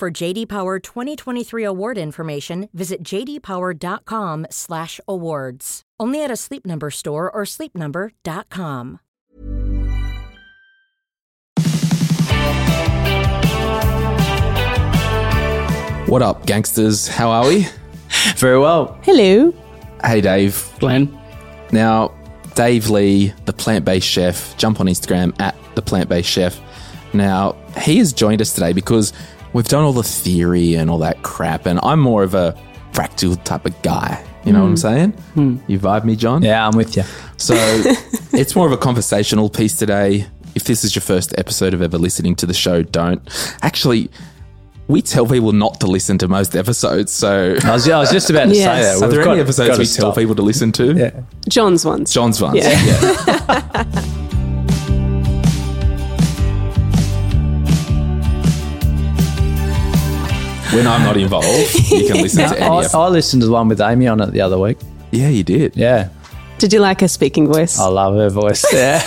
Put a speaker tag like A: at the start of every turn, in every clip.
A: For JD Power 2023 award information, visit jdpower.com/awards. Only at a Sleep Number store or sleepnumber.com.
B: What up, gangsters? How are we?
C: Very well.
D: Hello.
B: Hey, Dave.
C: Glenn.
B: Now, Dave Lee, the plant based chef, jump on Instagram at the plant based chef. Now, he has joined us today because we've done all the theory and all that crap, and I'm more of a fractal type of guy. You know what I'm saying? You vibe me, John?
C: Yeah, I'm with you.
B: So it's more of a conversational piece today. If this is your first episode of ever listening to the show, don't. Actually, we tell people not to listen to most episodes. So,
C: I was, I was just about to
D: Yes.
C: say that.
B: are
C: We've
B: there
C: got-
B: any episodes
C: gotta
B: we tell
C: stop.
B: people to listen to? Yeah.
D: John's ones.
B: John's ones.
D: Yeah.
B: when I'm not involved, you can listen to any
C: I,
B: of
C: I listened to the one with Amy on it the other week.
B: Yeah, you did.
C: Yeah.
D: Did you like her speaking voice?
B: Uh,
C: I love her voice. Yeah.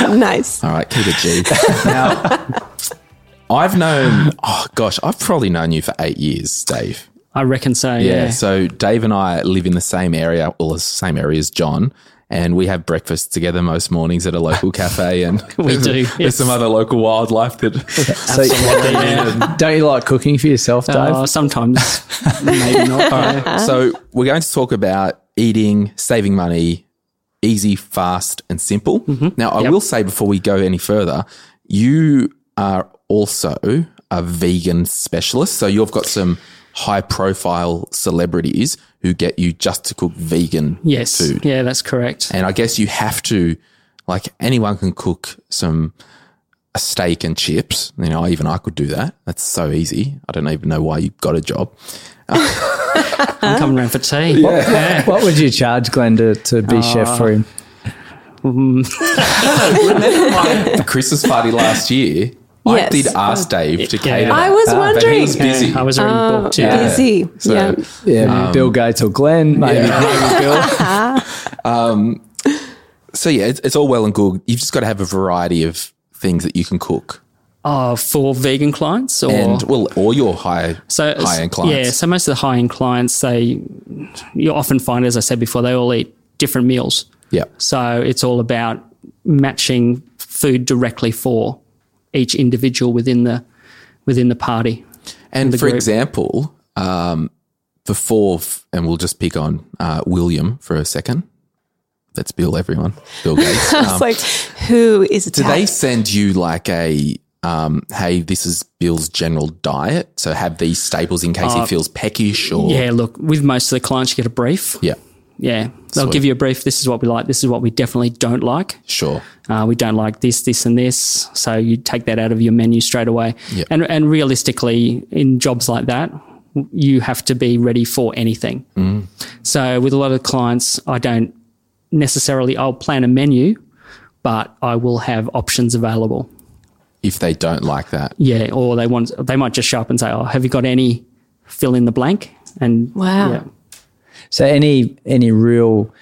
D: nice.
B: All right, keep it G. now, I've known, oh gosh, I've probably known you for eight years, Dave.
E: I reckon so. Yeah.
B: Yeah. So Dave and I live in the same area, well, the same area as John, and we have breakfast together most mornings at a local cafe. And
E: We do,
B: There's
E: yes.
B: some other local wildlife that.
C: So, Don't you like cooking for yourself, Dave?
E: Uh, sometimes, maybe not. yeah.
B: so we're going to talk about eating, saving money, easy, fast, and simple. Now, I will say before we go any further, you are also a vegan specialist. So you've got some high profile celebrities who get you just to cook vegan
E: Yes.
B: food.
E: Yeah, that's correct.
B: And I guess you have to, like, anyone can cook some a steak and chips. You know, even I could do that. That's so easy. I don't even know why you got a job.
E: I'm coming around for tea.
C: What would you charge Glenn to, to be chef for him?
B: the Christmas party last year, I
D: Yes.
B: did ask Dave to cater.
E: Oh, yeah.
D: I was
B: But he was
D: wondering.
B: busy.
E: I was already booked. Yeah.
D: Busy.
B: So-
D: Oh, Um,
B: um,
D: yeah.
C: Yeah. Bill Gates or Glenn? Maybe, maybe Bill.
B: Um, So, yeah, it's, it's all well and good. You've just got to have a variety of things that you can cook.
E: Oh, for vegan clients or
B: And, well, or your high, high end clients.
E: Yeah, so most of the high end clients, they you often find, as I said before, they all eat different meals.
B: Yeah.
E: So it's all about matching food directly for each individual within the within the party.
B: And for
E: group.
B: example, um, before, f- and we'll just pick on uh, William for a second. That's Bill, everyone. Bill Gates.
D: I was like, who is it?
B: Do they send you like a, um, hey, this is Bill's general diet? So have these staples in case he feels peckish or.
E: Uh, Yeah, look, with most of the clients, you get a brief.
B: Yeah,
E: Yeah, they'll
B: Sweet.
E: give you a brief. This is what we like. This is what we definitely don't like.
B: sure.
E: Uh, we don't like this, this, and this. So you take that out of your menu straight away.
B: Yep.
E: And and realistically, in jobs like that, you have to be ready for anything. So with a lot of clients, I don't necessarily. I'll plan a menu, but I will have options available.
B: If they don't like that.
E: Yeah, or they want they might just show up and say, "Oh, have you got any fill in the blank?" And
D: Wow.
E: yeah.
C: So any any real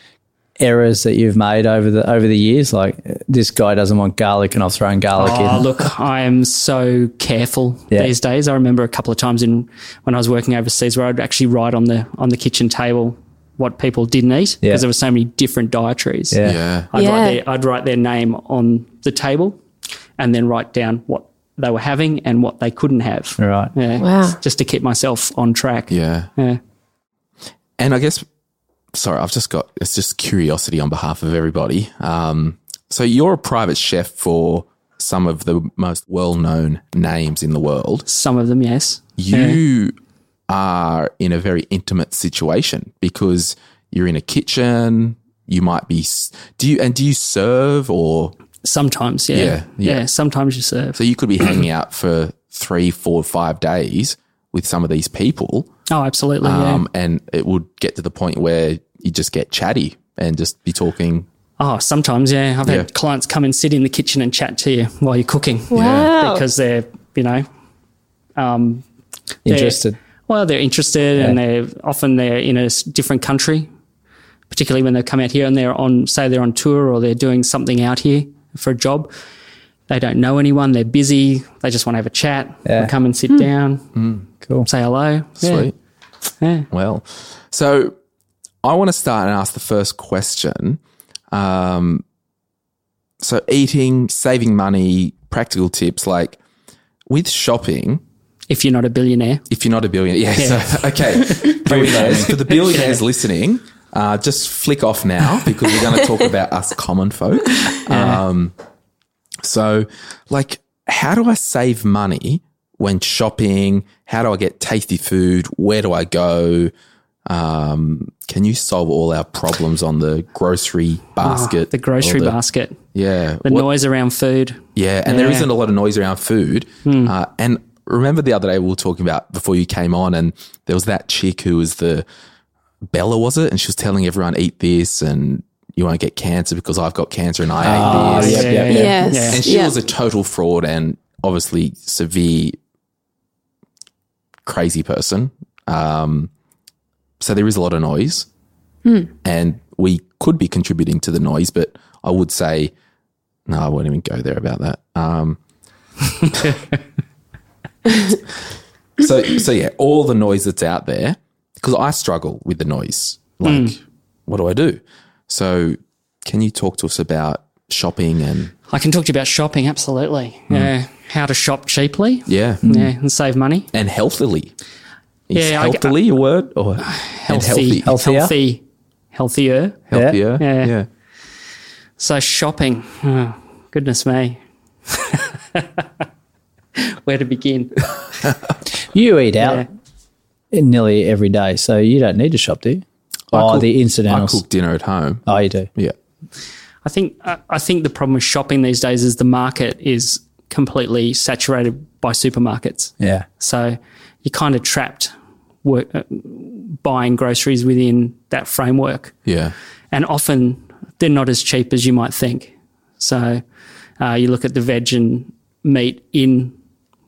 C: errors that you've made over the over the years, like uh, this guy doesn't want garlic, and I've thrown garlic
E: Oh,
C: in.
E: look, I am so careful
C: Yeah.
E: these days. I remember a couple of times in when I was working overseas where I'd actually write on the on the kitchen table what people didn't eat
C: Yeah.
E: because there were so many different dietaries.
C: Yeah.
B: Yeah.
E: I'd,
D: Yeah.
E: Write their, I'd write their name on the table and then write down what they were having and what they couldn't have.
C: Right.
E: Yeah,
D: Wow.
E: s- Just to keep myself on track.
B: Yeah.
E: Yeah.
B: And I guess, sorry, I've just got, it's just curiosity on behalf of everybody. Um, so you're a private chef for some of the most well known names in the world.
E: Some of them, yes.
B: You are in a very intimate situation because you're in a kitchen. You might be, s- do you, and do you serve or,
E: Sometimes, yeah.
B: Yeah, yeah.
E: Sometimes you serve.
B: so you could be hanging out for three, four, five days with some of these people.
E: Oh, absolutely. yeah.
B: Um, And it would get to the point where you just get chatty and just be talking.
E: Oh, sometimes, yeah. I've
B: Yeah.
E: had clients come and sit in the kitchen and chat to you while you're cooking
D: Wow.
E: because they're, you know, um, they're-
C: Interested.
E: Well, they're interested, and they're often they're in a s- different country, particularly when they come out here and they're on, say, they're on tour or they're doing something out here for a job. They don't know anyone. They're busy. They just want to have a chat.
C: Yeah.
E: They'll Come and sit down.
C: Cool.
E: Say hello. Yeah.
B: Hmm. Sweet.
E: Yeah.
B: Well, so I want to start and ask the first question. Um, so, eating, saving money, practical tips like with shopping,
E: If you're not a billionaire,
B: if you're not a billionaire, yeah. So, okay, billionaires. For the billionaires listening, uh, just flick off now because we're going to talk about us common folk. Um, so, like, how do I save money when shopping? How do I get tasty food? Where do I go? Um, can you solve all our problems on the grocery basket?
E: Oh, the grocery
B: or the-
E: basket,
B: Yeah.
E: the
B: What-
E: noise around food.
B: yeah, and there
E: Yeah.
B: isn't a lot of noise around food. Uh, and remember the other day we were talking about before you came on, and there was that chick who was the Bella, was it? And she was telling everyone, eat this and you won't get cancer because I've got cancer and I ate this.
C: yeah, yeah,
E: yeah.
D: Yes.
E: Yeah.
B: And she
D: Yeah.
B: was a total fraud and obviously severe crazy person. Um, so there is a lot of noise, and we could be contributing to the noise, but I would say, no, I won't even go there about that. Um, so, so yeah, all the noise that's out there, because I struggle with the noise. Like, what do I do? So, can you talk to us about shopping and
E: I can talk to you about shopping. Absolutely.
B: Hmm.
E: Yeah. How to shop cheaply.
B: yeah,
E: Yeah, and save money.
B: and healthily. Hmm. Is
E: Yeah, I-
B: healthily a word or and healthy,
E: Healthy,
C: Healthier?
E: healthy, healthier.
B: healthier?
E: Yeah.
B: yeah.
E: So shopping, oh, goodness me, where to begin?
C: You eat out
E: Yeah.
C: nearly every day, so you don't need to shop, do you? Oh,
B: cook-
C: the
B: I
C: incidentals.
B: cook dinner at home.
C: Oh, you do.
B: Yeah,
E: I think I, I think the problem with shopping these days is the market is completely saturated by supermarkets.
C: Yeah.
E: So you're kind of trapped wor- uh, buying groceries within that framework.
B: yeah,
E: and often they're not as cheap as you might think. So uh, you look at the veg and meat in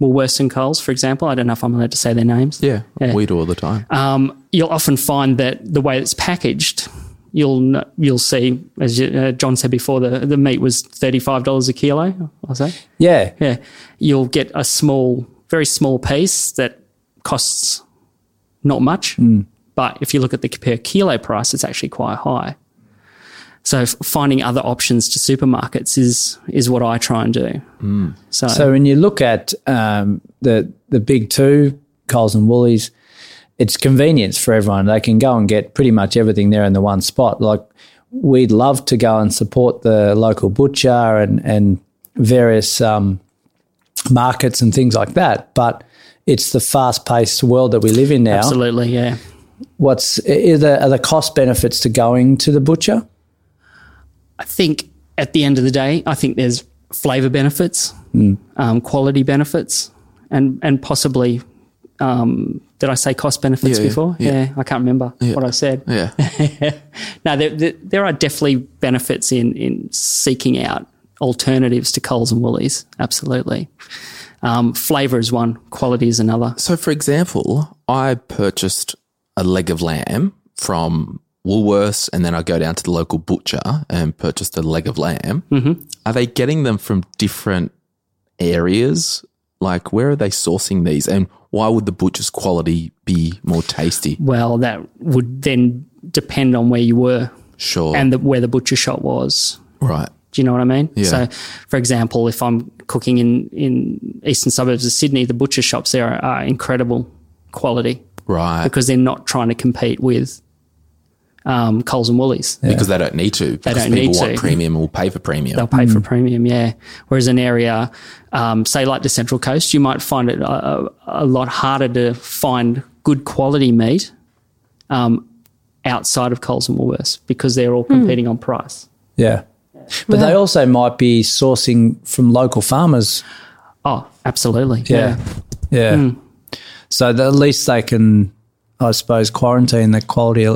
E: Woolworths and Coles, for example. I don't know if I'm allowed to say their names.
B: yeah. We do all the time.
E: Um, you'll often find that the way it's packaged, you'll n- you'll see, as you, uh, John said before, the, the meat was thirty five dollars a kilo. I say,
C: Yeah.
E: yeah. You'll get a small, very small piece that costs not much,
B: Hmm.
E: but if you look at the per kilo price, it's actually quite high. So f- finding other options to supermarkets is is what I try and do.
B: Hmm.
E: So,
C: So when you look at um, the the big two, Coles and Woolies, it's convenience for everyone. They can go and get pretty much everything there in the one spot. Like we'd love to go and support the local butcher and and various um, markets and things like that, but it's the fast paced world that we live in now.
E: absolutely, yeah.
C: What's are the, are the cost benefits to going to the butcher?
E: I think at the end of the day, I think there's flavor benefits,
B: Hmm.
E: um, quality benefits, and and possibly. Um, did I say cost benefits
B: Yeah, yeah,
E: before?
B: yeah.
E: I can't remember what I said.
B: Yeah,
E: No, there, there, there are definitely benefits in in seeking out alternatives to Coles and Woolies. Absolutely, um, flavour is one, quality is another.
B: So, for example, I purchased a leg of lamb from Woolworths, and then I go down to the local butcher and purchase the leg of lamb. Mm-hmm. Are they getting them from different areas? Like, where are they sourcing these, and why would the butcher's quality be more tasty?
E: Well, that would then depend on where you were
B: Sure,
E: and the, where the butcher shop was.
B: right,
E: Do you know what I mean? So, for example, if I'm cooking in in eastern suburbs of Sydney, the butcher shops there are, are incredible quality
B: right, because,
E: because they're not trying to compete with um, Coles and Woolies.
B: they don't need to. Because
E: don't
B: people
E: need
B: want
E: to.
B: premium or pay for premium.
E: they'll pay for premium. Yeah. Whereas an area, um, say like the Central Coast, you might find it a, a, a lot harder to find good quality meat um, outside of Coles and Woolworths because they're all competing on price.
C: Yeah. But they also might be sourcing from local farmers
E: Oh, absolutely.
C: Hmm. Yeah. Yeah. So that at least they can, I suppose, quarantine the quality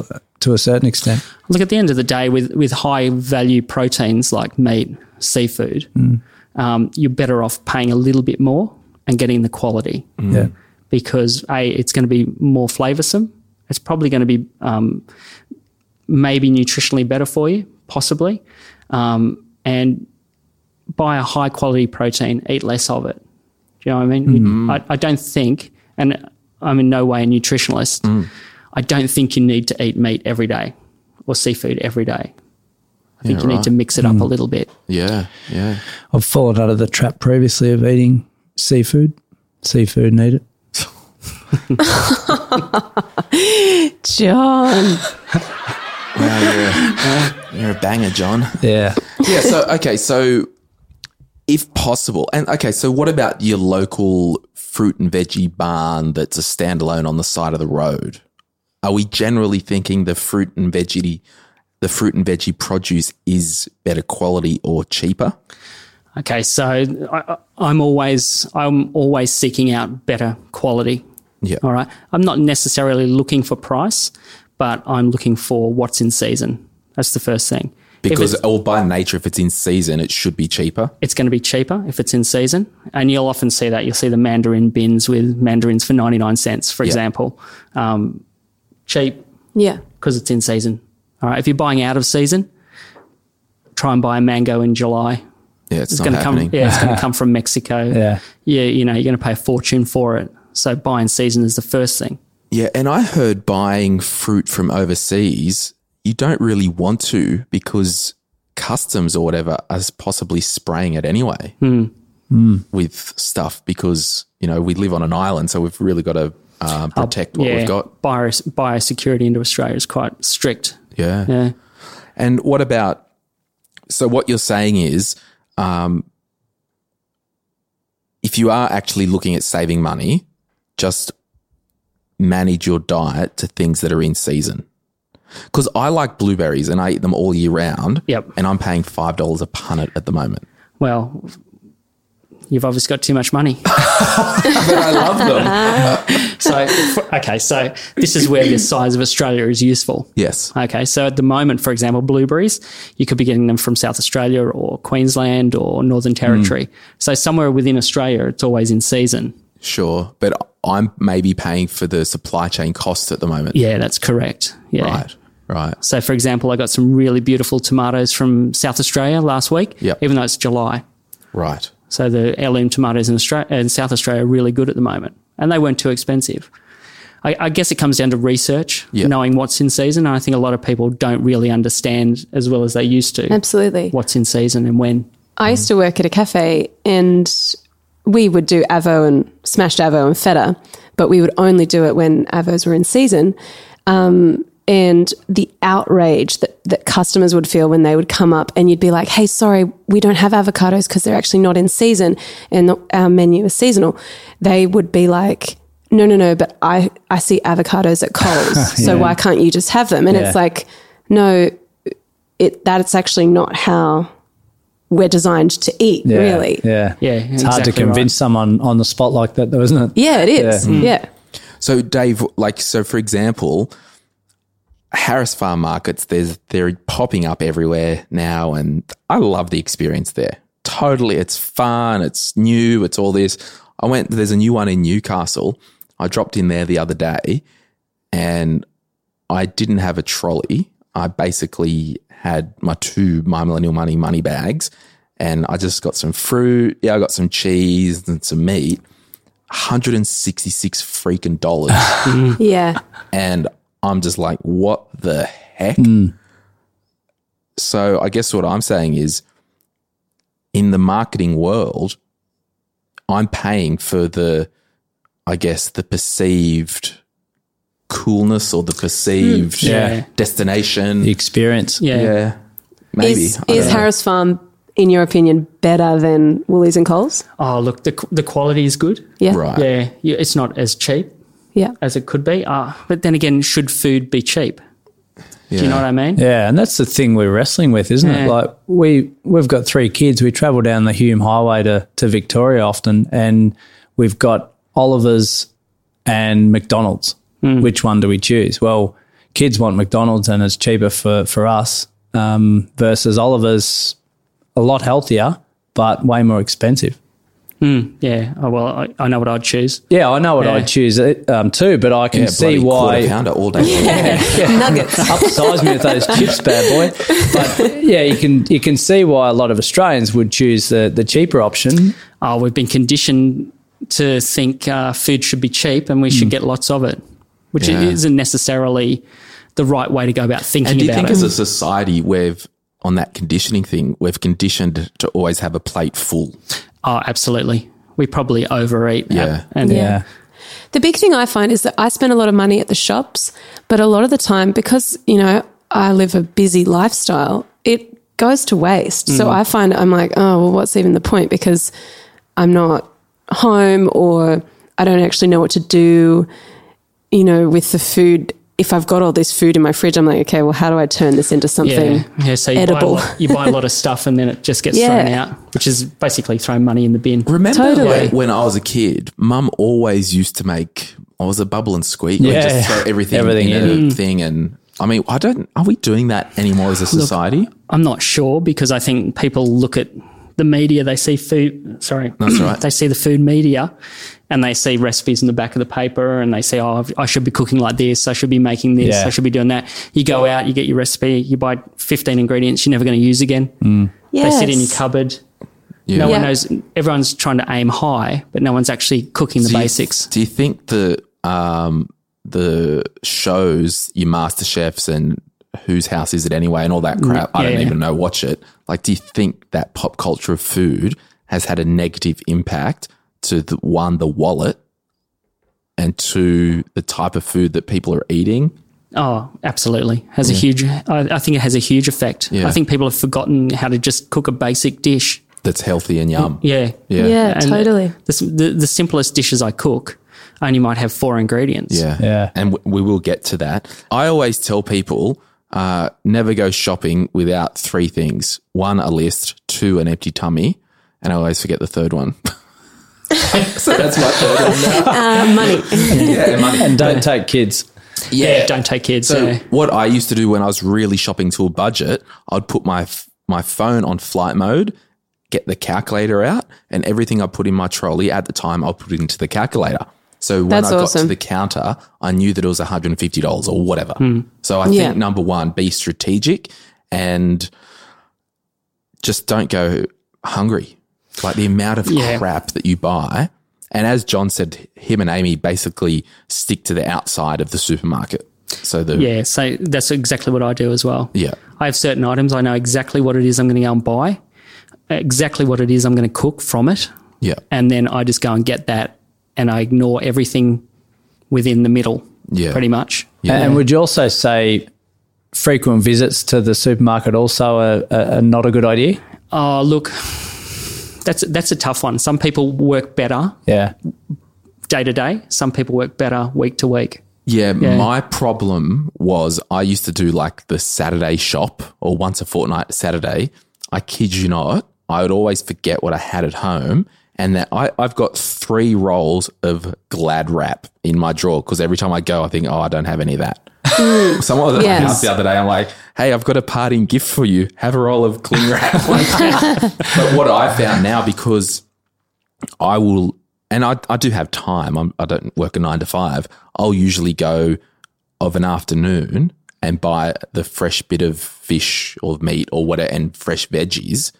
C: to a certain extent.
E: Look, at the end of the day, with, with high value proteins like meat, seafood, um, you're better off paying a little bit more and getting the quality
C: Yeah.
E: because a it's going to be more flavoursome. It's probably going to be um, maybe nutritionally better for you, possibly, um, and buy a high quality protein, eat less of it. Do you know what I mean? We-
B: Mm-hmm.
E: I, I don't think, and I'm in no way a nutritionalist.
B: Mm.
E: I don't think you need to eat meat every day or seafood every day. I think
B: Yeah,
E: you
B: right. Mm.
E: need to mix it up a little bit.
B: Yeah, yeah.
C: I've fallen out of the trap previously of eating seafood, seafood and eat it.
D: John.
B: Wow, you're, a, you're a banger, John.
C: Yeah.
B: Yeah. So okay. So if possible, and okay. So what about your local fruit and veggie barn that's a standalone on the side of the road? Are we generally thinking the fruit and veggie, the fruit and veggie produce is better quality or cheaper?
E: Okay, so I, I- I'm always I'm always seeking out better quality.
B: Yeah.
E: All right. I'm not necessarily looking for price, but I'm looking for what's in season. That's the first thing. If
B: Because
E: it's,
B: all by nature, if it's in season, it should be cheaper.
E: it's going to be cheaper if it's in season, and you'll often see that you'll see the mandarin bins with mandarins for 99 cents, for example. Um, cheap
D: Yeah.
E: because it's in season. All right. If you're buying out of season, try and buy a mango in July
B: Yeah, it's,
E: it's
B: not
E: going to come.
B: happening.
E: Yeah, it's going to come from Mexico.
C: Yeah.
E: yeah. You know, you're going to pay a fortune for it. So buying season is the first thing.
B: Yeah, and I heard buying fruit from overseas, you don't really want to because customs or whatever are possibly spraying it anyway with stuff because, you know, we live on an island, so we've really got to uh, protect what
E: yeah,
B: we've got.
E: Bios, biosecurity into Australia is quite strict.
B: Yeah.
E: Yeah,
B: And what about, so what you're saying is, um, if you are actually looking at saving money, just manage your diet to things that are in season. Because I like blueberries and I eat them all year round.
E: Yep.
B: And I'm paying $5 a punnet at the moment.
E: well, you've obviously got too much money.
B: But I love them.
E: so for- okay, so this is where the size of Australia is useful.
B: Yes.
E: Okay, so at the moment, for example, blueberries, you could be getting them from South Australia or Queensland or Northern
B: Hmm.
E: Territory. So somewhere within Australia, it's always in season.
B: Sure. But I'm maybe paying for the supply chain costs at the moment.
E: Yeah, that's correct. Yeah.
B: Right. Right.
E: So, for example, I got some really beautiful tomatoes from South Australia last week,
B: Yep.
E: even though it's July.
B: Right.
E: So, the heirloom tomatoes in, Australia, in South Australia are really good at the moment, and they weren't too expensive. I, I guess it comes down to research,
B: Yeah.
E: knowing what's in season. And I think a lot of people don't really understand as well as they used to
D: Absolutely.
E: what's in season and when.
D: I used to work at a cafe and we would do avo and smashed avo and feta, but we would only do it when avos were in season. Um, and the outrage that, that customers would feel when they would come up and you'd be like, hey, sorry, we don't have avocados because they're actually not in season and the- our menu is seasonal. They would be like, no, no, no, but I, I see avocados at Coles. So why can't you just have them? And it's
C: Yeah.
D: like, no, it, that's actually not how we're designed to eat,
C: Yeah.
D: really. Yeah.
C: Yeah.
E: Yeah,
C: It's hard to
E: exactly
C: convince someone on the spot like that, though, isn't it?
D: it is. Yeah.
B: So, Dave, like, so for example, Harris Farm markets, there's they're popping up everywhere now, and I love the experience there. Totally, it's fun, it's new, it's all this. I went. There's a new one in Newcastle. I dropped in there the other day, and I didn't have a trolley. I basically had my two My Millennial Money money bags, and I just got some fruit. Yeah, I got some cheese and some meat. 166 freaking dollars. Mm.
D: Yeah.
B: and I'm just like, what the heck?
E: Hmm.
B: So I guess what I'm saying is in the marketing world, I'm paying for the, I guess, the perceived coolness or the perceived
D: Hmm.
E: Yeah.
B: destination.
C: The experience.
E: Yeah.
B: Yeah. Maybe.
D: Is,
B: I don't
D: is
B: know.
D: Harris Farm, in your opinion, better than Woolies and Coles?
E: Oh, look, the, qu- the quality is good.
D: Yeah.
B: right.
E: Yeah, you- it's not as cheap
D: Yeah.
E: as it could be. Uh, but then again, should food be cheap? Do you know what I mean?
C: Yeah, and that's the thing we're wrestling with, isn't
E: Yeah.
C: it? Like we we've got three kids. We travel down the Hume Highway to to Victoria often, and we've got Oliver's and McDonald's.
E: Hmm.
C: Which one do we choose? Well, kids want McDonald's and it's cheaper for, for us um, versus Oliver's a lot healthier, but way more expensive.
E: Yeah. Oh, well, I, I know what I'd choose.
C: Yeah, I know what
E: Yeah.
C: I'd choose it, um, too, but I can
B: Yeah,
C: see
B: bloody quarter
C: why
B: pounder all day.
D: Nuggets.
C: upsize me with those chips, bad boy. But yeah, you can you can see why a lot of Australians would choose the, the cheaper option.
E: Oh, we've been conditioned to think uh, food should be cheap and we should get lots of it, which
B: Hmm. Yeah.
E: isn't necessarily the right way to go about thinking
B: And do you
E: about
B: think
E: it.
B: as a society we've on that conditioning thing, we've conditioned to always have a plate full.
E: oh, absolutely. We probably overeat.
B: Yeah.
E: And
C: Yeah.
D: The big thing I find is that I spend a lot of money at the shops, but a lot of the time, because, you know, I live a busy lifestyle, it goes to waste.
E: Mm.
D: So I find I'm like, oh, well, what's even the point? Because I'm not home or I don't actually know what to do, you know, with the food. If I've got all this food in my fridge, I'm like, okay, well, how do I turn this into something?
E: Yeah, yeah. So you buy, a
D: edible.
E: lot, you buy a lot of stuff, and then it just gets
D: Yeah.
E: thrown out, which is basically throwing money in the bin.
B: Remember
D: Totally.
B: when- when I was a kid, mum always used to make I was a bubble and squeak. Yeah.
C: Yeah.
B: just throw everything,
C: Everything
B: in, a thing and I mean, I don't are we doing that anymore as a society?
E: I'm not sure because I think people look at the media, they see food. Sorry,
B: That's all right.
E: they see the food media, and they see recipes in the back of the paper, and they say, "Oh, I've- I should be cooking like this. I should be making this.
C: Yeah.
E: I should be doing that." You go out, you get your recipe, you buy 15 ingredients you're never going to use again. They sit in your
D: Yes.
E: cupboard.
B: Yeah.
E: No one
D: Yeah.
E: knows. Everyone's trying to aim high, but no one's actually cooking the
B: Do you-
E: basics.
B: Do you think the um, the shows, your Master Chefs and whose house is it anyway, and all that crap? I
E: yeah,
B: don't
E: yeah.
B: even know. Watch it. Like, do you think that pop culture of food has had a negative impact to the, one the wallet, and to the type of food that people are eating?
E: Oh, absolutely. Has a huge, I, I think it has a huge effect.
B: Yeah.
E: I think people have forgotten how to just cook a basic dish.
B: That's healthy and yum.
E: Yeah.
B: Yeah.
D: Yeah,
E: And
D: totally.
E: The, s- the, the simplest dishes I cook only might have four ingredients.
B: Yeah.
C: Yeah.
B: And w- we will get to that. I always tell people uh, never go shopping without three things one, a list, two, an empty tummy. And I always forget the third one. so that's my third one.
D: Uh, money.
B: Yeah, money.
C: And don't take kids.
E: Yeah, Don't take kids.
B: So
E: yeah.
B: what I used to do when I was really shopping to a budget, I'd put my f- my phone on flight mode, get the calculator out, and everything I put in my trolley at the time, I'll put it into the calculator. So when
D: That's
B: I got to
D: awesome.
B: the counter, I knew that it was $150 or whatever. So I
D: Hmm. Yeah.
B: think number one, be strategic and just don't go hungry. Like the amount of
E: Yeah.
B: crap that you buy. And as John said, him and Amy basically stick to the outside of the supermarket. So the
E: Yeah. So that's exactly what I do as well.
B: yeah.
E: I have certain items. I know exactly what it is I'm going to go and buy, exactly what it is I'm going to cook from it.
B: Yeah.
E: and then I just go and get that, and I ignore everything within the middle.
B: Yeah.
E: pretty much.
C: And- And would you also say frequent visits to the supermarket also are, are, are not a good idea?
E: Oh, look, that's that's a tough one. Some people work better
C: Yeah.
E: day to day. Some people work better week to week.
B: Yeah, my problem was I used to do like the Saturday shop or once a fortnight Saturday. I kid you not, I would always forget what I had at home. And that I, I've got three rolls of glad wrap in my drawer because every time I go, I think, oh, I don't have any of that. Someone was at
D: Yes.
B: my house the other day. I'm like, hey, I've got a parting gift for you. Have a roll of cling wrap. but what I found now, because I will, and I, I do have time. I'm, I don't work a nine to five. I'll usually go of an afternoon and buy the fresh bit of fish or meat or whatever and fresh veggies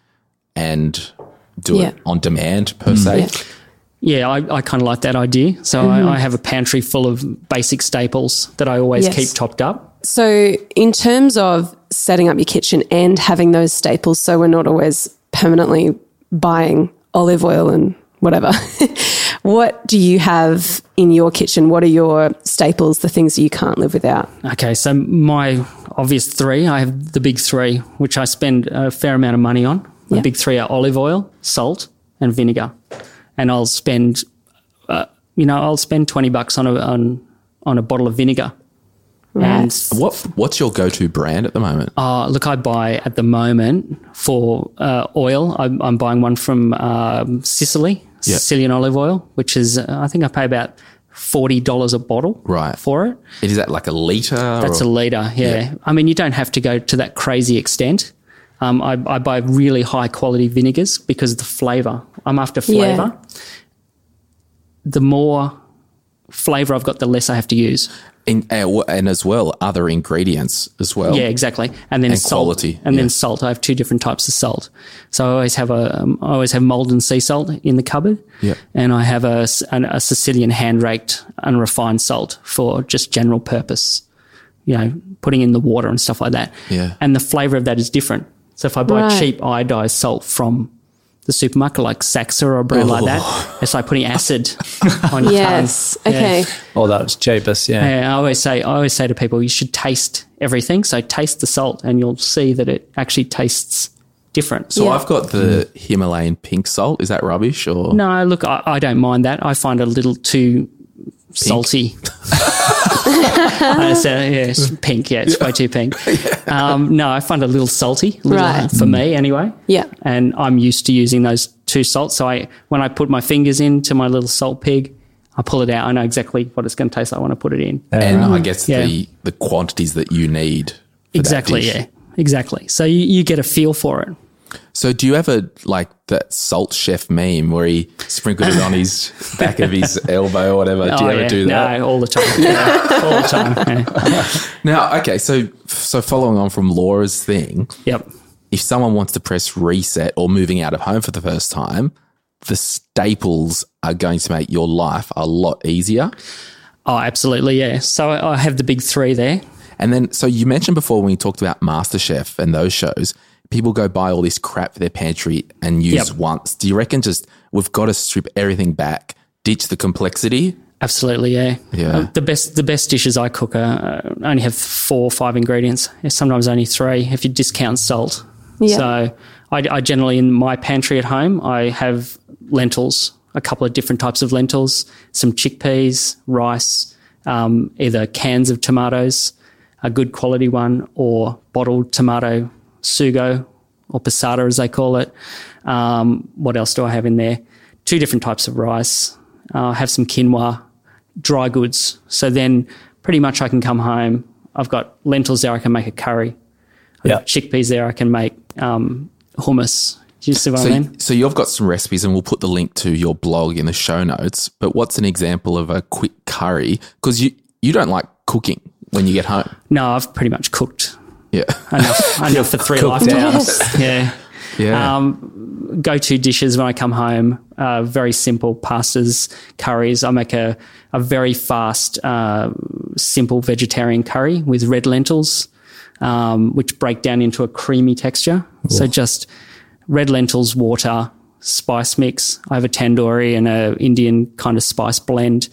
B: and do
D: Yeah.
B: it on demand per se.
D: Yeah.
E: Mm. Yeah, I, I kind of like that idea. So
D: Mm-hmm.
E: I, I have a pantry full of basic staples that I always
D: Yes.
E: keep topped up.
D: So, in terms of setting up your kitchen and having those staples, so we're not always permanently buying olive oil and whatever, what do you have in your kitchen? What are your staples, the things that you can't live without?
E: Okay, so my obvious three, I have the big three, which I spend a fair amount of money on. The
D: Yeah.
E: big three are olive oil, salt, and vinegar. And I'll spend, uh, you know, I'll spend twenty bucks on a on, on a bottle of vinegar. And
B: What What's your go to brand at the moment?
E: Uh, look, I buy at the moment for uh, oil. I'm, I'm buying one from um, Sicily, Sicilian olive oil, which is uh, I think I pay about forty dollars a bottle
B: Right. Oh,
E: for it.
B: Is that like a liter?
E: That's
B: or-
E: a liter, yeah. I mean, you don't have to go to that crazy extent. Um, I, I buy really high quality vinegars because of the flavor. I'm after flavor. The more flavor I've got, the less I have to use.
B: In- uh, w- and as well, other ingredients as well.
E: Yeah, exactly. And then
B: And
E: salt,
B: quality,
E: and
B: yeah.
E: then salt. I have two different types of salt. So I always have a, um, I always have molden sea salt in the cupboard.
B: Yeah.
E: And I have a, s- an- a Sicilian hand raked unrefined salt for just general purpose, you know, putting in the water and stuff like that.
B: Yeah.
E: And the flavor of that is different. So if I buy
D: Right.
E: cheap iodized salt from the supermarket, like Saxa or a brand like
B: Oh.
E: that, it's like putting acid on your tongue.
D: Yes. Okay.
C: Or that was cheapest, yeah.
E: Yeah, I always say I always say to people you should taste everything. So taste the salt and you'll see that it actually tastes different.
B: So
D: Yeah.
B: I've got the Himalayan pink salt. Is that rubbish or
E: Mm. No, look, I, I don't mind that. I find it a little too salty. I said, yeah, it's pink. Yeah, it's way too pink. Um, no, I find it a little salty, a little,
D: Right.
E: for me anyway.
D: Yeah.
E: and I'm used to using those two salts. So I, when I put my fingers into my little salt pig, I pull it out. I know exactly what it's going to taste like when I put it in.
B: And I guess
E: Um, Yeah.
B: the the quantities that you need. for that
E: Exactly.
B: dish.
E: Yeah. Exactly. So you, you get a feel for it.
B: So do you ever like that salt chef meme where he sprinkled it on his back of his elbow or whatever? Do you ever
E: Oh, yeah.
B: do that?
E: No, all the time. Yeah, all the time. Yeah.
B: Now, okay, so so following on from Laura's thing,
E: Yep.
B: if someone wants to press reset or moving out of home for the first time, the staples are going to make your life a lot easier.
E: Oh, absolutely. Yeah. So I I have the big three there.
B: And then, so you mentioned before when you talked about MasterChef and those shows, people go buy all this crap for their pantry and use
E: Yep.
B: once. Do you reckon just we've got to strip everything back, ditch the complexity?
E: Absolutely. Yeah.
B: Yeah.
E: Uh, the best the best dishes I cook are, uh, only have four or five ingredients. Sometimes only three if you discount salt.
D: Yeah.
E: So I, I generally in my pantry at home I have lentils, a couple of different types of lentils, some chickpeas, rice, um, either cans of tomatoes, a good quality one, or bottled tomato sugo or passata as they call it. Um, what else do I have in there? Two different types of rice. Uh, I have some quinoa, dry goods. So then pretty much I can come home. I've got lentils there. I can make a curry
C: Yeah.
E: chickpeas there. I can make um, hummus. Do you see what
B: So,
E: I mean?
B: so you've got some recipes, and we'll put the link to your blog in the show notes. But what's an example of a quick curry? Because you you don't like cooking when you get home.
E: No, I've pretty much cooked
B: Yeah,
E: enough, enough for three lifetimes. Yeah.
B: yeah.
E: Go to dishes when I come home. Uh, very simple pastas, curries. I make a, a very fast, uh, simple vegetarian curry with red lentils, um, which break down into a creamy texture. So just red lentils, water, spice mix. I have a tandoori and a Indian kind of spice blend.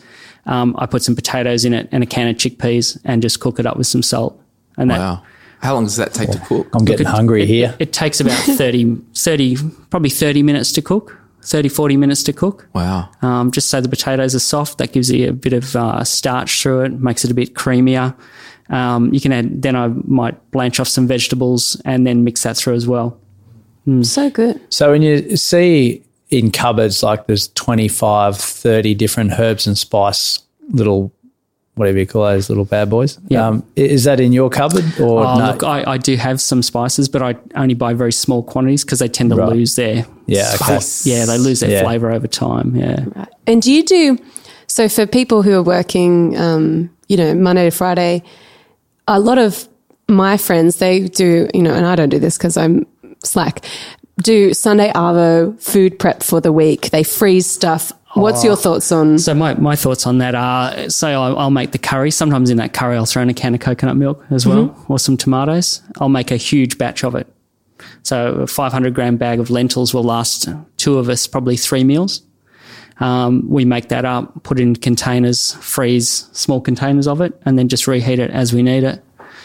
E: Um, I put some potatoes in it and a can of chickpeas and just cook it up with some salt. And that,
B: wow. How long does that take to cook?
C: I'm getting hungry here.
E: it takes about 30, 30, probably 30 minutes to cook, 30, 40 minutes to cook.
B: Wow.
E: Um, just so the potatoes are soft, that gives you a bit of uh, starch through it, makes it a bit creamier. Um, you can add, then I might blanch off some vegetables and then mix that through as well.
D: So good.
C: So when you see in cupboards like there's 25, 30 different herbs and spice little whatever you call those little bad boys.
E: Yeah.
C: Um, i- is that in your cupboard or
E: Oh,
C: no?
E: look, I, I do have some spices, but I only buy very small quantities because they tend to lose their
C: yeah, okay.
E: yeah, they lose their
C: Yeah.
E: flavor over time. Yeah,
D: And do you do so for people who are working, um, you know, Monday to Friday? A lot of my friends they do, you know, and I don't do this because I'm slack. Do Sunday Arvo food prep for the week? They freeze stuff. What's your thoughts on?
E: So my, my thoughts on that are, say I'll, I'll make the curry. Sometimes in that curry, I'll throw in a can of coconut milk as well,
D: Mm-hmm.
E: or some tomatoes. I'll make a huge batch of it. So a 500 gram bag of lentils will last two of us probably three meals. Um, we make that up, put it in containers, freeze small containers of it, and then just reheat it as we need it.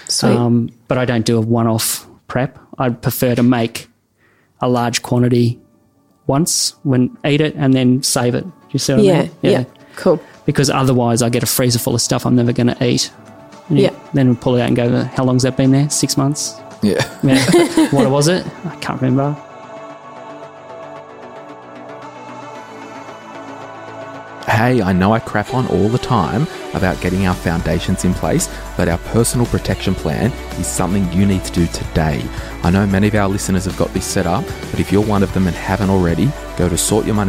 D: Sweet.
E: Um, but I don't do a one off prep. I prefer to make a large quantity once when eat it and then save it. Do you see what I
D: yeah,
E: mean?
D: yeah, cool.
E: Because otherwise I get a freezer full of stuff I'm never going to eat.
D: Yeah.
E: Then we pull it out and go, how long's that been there? Six months?
B: Yeah.
E: Yeah. what was it? I can't remember.
B: Hey, I know I crap on all the time about getting our foundations in place, but our personal protection plan is something you need to do today. I know many of our listeners have got this set up, but if you're one of them and haven't already, go to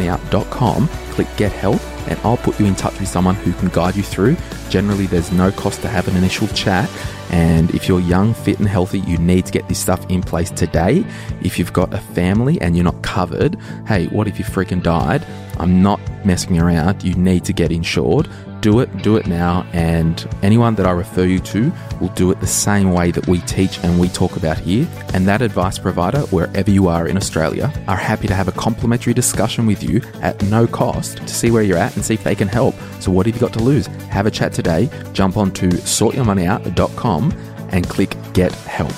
B: sortyourmoneyout.com, click get help, and I'll put you in touch with someone who can guide you through. Generally, there's no cost to have an initial chat. And if you're young, fit, and healthy, you need to get this stuff in place today. If you've got a family and you're not covered, hey, what if you freaking died? I'm not messing around. You need to get insured. Do it, do it now. And anyone that I refer you to will do it the same way that we teach and we talk about here. And that advice provider, wherever you are in Australia, are happy to have a complimentary discussion with you at no cost to see where you're at and see if they can help. So, what have you got to lose? Have a chat today. Jump on to sortyourmoneyout.com and click get help.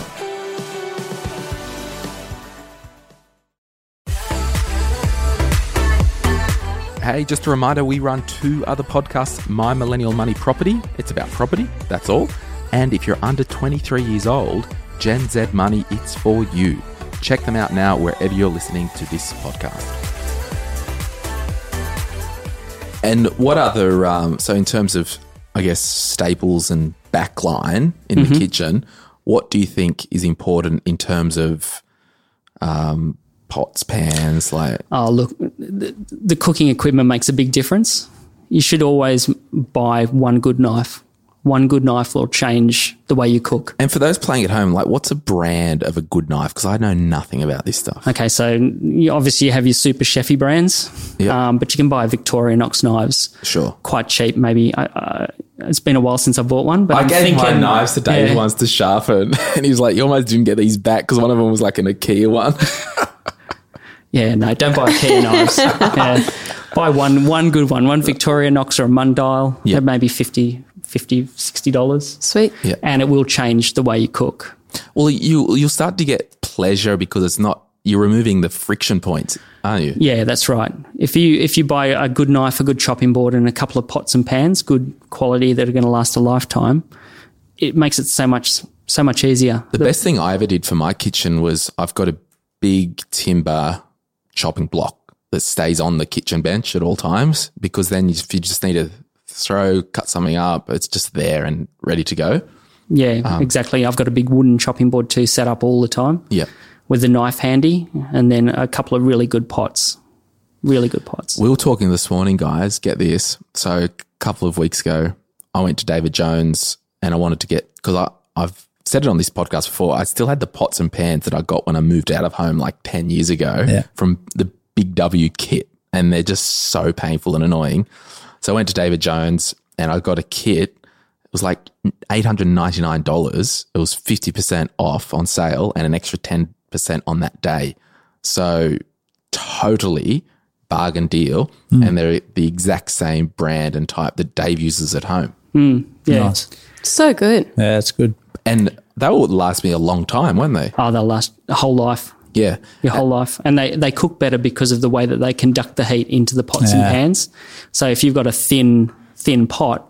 B: Hey, just a reminder we run two other podcasts My Millennial Money Property, it's about property, that's all. And if you're under 23 years old, Gen Z Money, it's for you. Check them out now wherever you're listening to this podcast. And what other, um, so in terms of, I guess, staples and backline in the kitchen, what do you think is important in terms of um, pots, pans, like
E: oh look the, the cooking equipment makes a big difference you should always buy one good knife one good knife will change the way you cook
B: And for those playing at home, like, what's a brand of a good knife? Because I know nothing about this stuff.
E: okay so you obviously you have your super chefy brands
B: Yeah.
E: um, but you can buy victorian ox knives
B: Sure.
E: quite cheap maybe I, I, it's been a while since i bought one but
B: I
E: am
B: gave
E: thinking,
B: my knives to David
E: Yeah.
B: once to sharpen, and he was like, "You almost didn't get these back because one of them was like an IKEA one."
E: Yeah, no, don't buy Ikea knives. Yeah. Buy one one good one, one Victoria Knox or a Mundial.
B: Yeah.
E: They're maybe 50, 50 60 dollars.
D: Sweet.
B: Yeah.
E: And it will change the way you cook.
B: well, you you'll start to get pleasure because it's not you're removing the friction points, aren't you?
E: Yeah, that's right. If you if you buy a good knife, a good chopping board and a couple of pots and pans, good quality that are going to last a lifetime, it makes it so much so much easier.
B: The best thing I ever did for my kitchen was I've got a big timber chopping block that stays on the kitchen bench at all times because then if you just need to throw, cut something up, it's just there and ready to go.
E: Yeah, exactly. I've got a big wooden chopping board too set up all the time
B: Um, Yeah.
E: with the knife handy and then a couple of really good pots. Really good pots.
B: We were talking this morning, guys. Get this. So, a couple of weeks ago, I went to David Jones and I wanted to get, because I've said it on this podcast before, I still had the pots and pans that I got when I moved out of home like 10 years ago from the Big W kit. And they're just so painful and annoying. So, I went to David Jones and I got a kit. It was like $899. It was 50% off on sale and an extra 10% on that day. So, totally bargain deal,
E: Hmm.
B: and they're the exact same brand and type that Dave uses at home.
E: Yeah.
C: Nice.
D: So good.
C: Yeah, that's good.
B: And they will last me a long time, won't they?
E: Oh, they'll last a whole life,
B: Yeah.
E: your whole life. And they, they cook better because of the way that they conduct the heat into the pots and pans. So if you've got a thin, thin pot,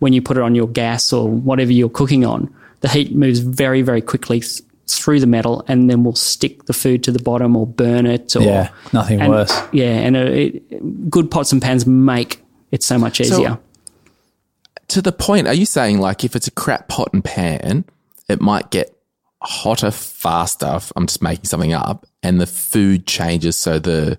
E: when you put it on your gas or whatever you're cooking on, the heat moves very, very quickly th- through the metal and then will stick the food to the bottom or burn it. Or,
C: Yeah, nothing
E: and-
C: worse.
E: Yeah, and it, it, good pots and pans make it so much easier.
B: To the point, are you saying like if it's a crap pot and pan, it might get hotter faster? if I'm just making something up, and the food changes, so the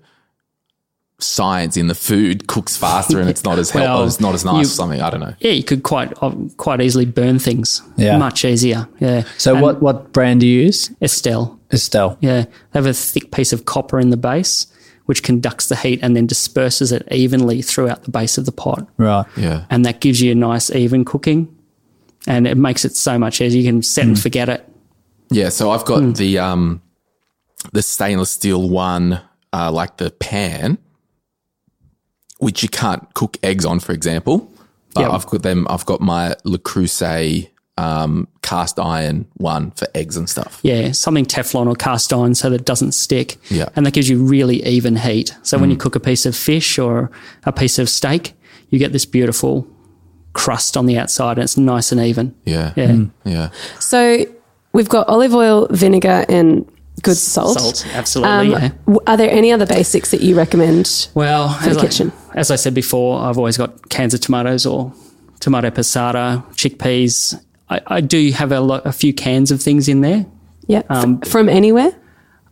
B: science in the food cooks faster and it's not as healthy,
E: Well,
B: it's not as nice
E: you-
B: or something. I don't know.
E: yeah, you could quite uh, quite easily burn things.
C: Yeah.
E: Much easier. Yeah.
C: So, what, what brand do you use?
E: Estelle.
C: Estelle.
E: Yeah, they have a thick piece of copper in the base, which conducts the heat and then disperses it evenly throughout the base of the pot,
C: Right.
B: Yeah.
E: and that gives you a nice even cooking, and it makes it so much easier. You can set
B: Mm.
E: and forget it.
B: Yeah, so I've
E: Hmm.
B: got the um the stainless steel one, uh, like the pan, which you can't cook eggs on, for example. But
E: Yeah.
B: I've got them. I've got my Le Creuset um, cast iron one for eggs and stuff.
E: Yeah, something Teflon or cast iron so that it doesn't stick.
B: Yeah. Mm.
E: and that gives you really even heat. So when you cook a piece of fish or a piece of steak, you get this beautiful crust on the outside, and it's nice and even.
B: Yeah,
E: Yeah.
B: yeah.
D: So we've got olive oil, vinegar, and good salt. Um,
E: Salt, absolutely. yeah.
D: W- Are there any other basics that you recommend?
E: Well,
D: the
E: as I-
D: kitchen.
E: as I said before, I've always got cans of tomatoes or tomato passata, chickpeas. I, I do have a, lo- a few cans of things in there.
D: Yeah, f- from anywhere.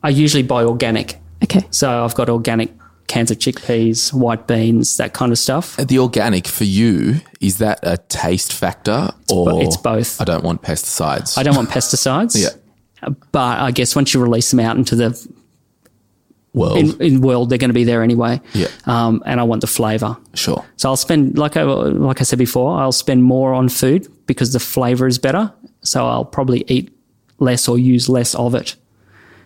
E: I usually buy organic.
D: Okay.
E: So I've got organic cans of chickpeas, white beans, that kind of stuff.
B: The organic for you is that a taste factor or
E: it's both.
B: I don't want pesticides.
E: I don't want pesticides.
B: Yeah.
E: But I guess once you release them out into the
B: Well,
E: in, in world, they're going to be there anyway.
B: Yeah.
E: Um, and I want the flavour.
B: sure.
E: So I'll spend like I like I said before, I'll spend more on food because the flavor is better. So I'll probably eat less or use less of it.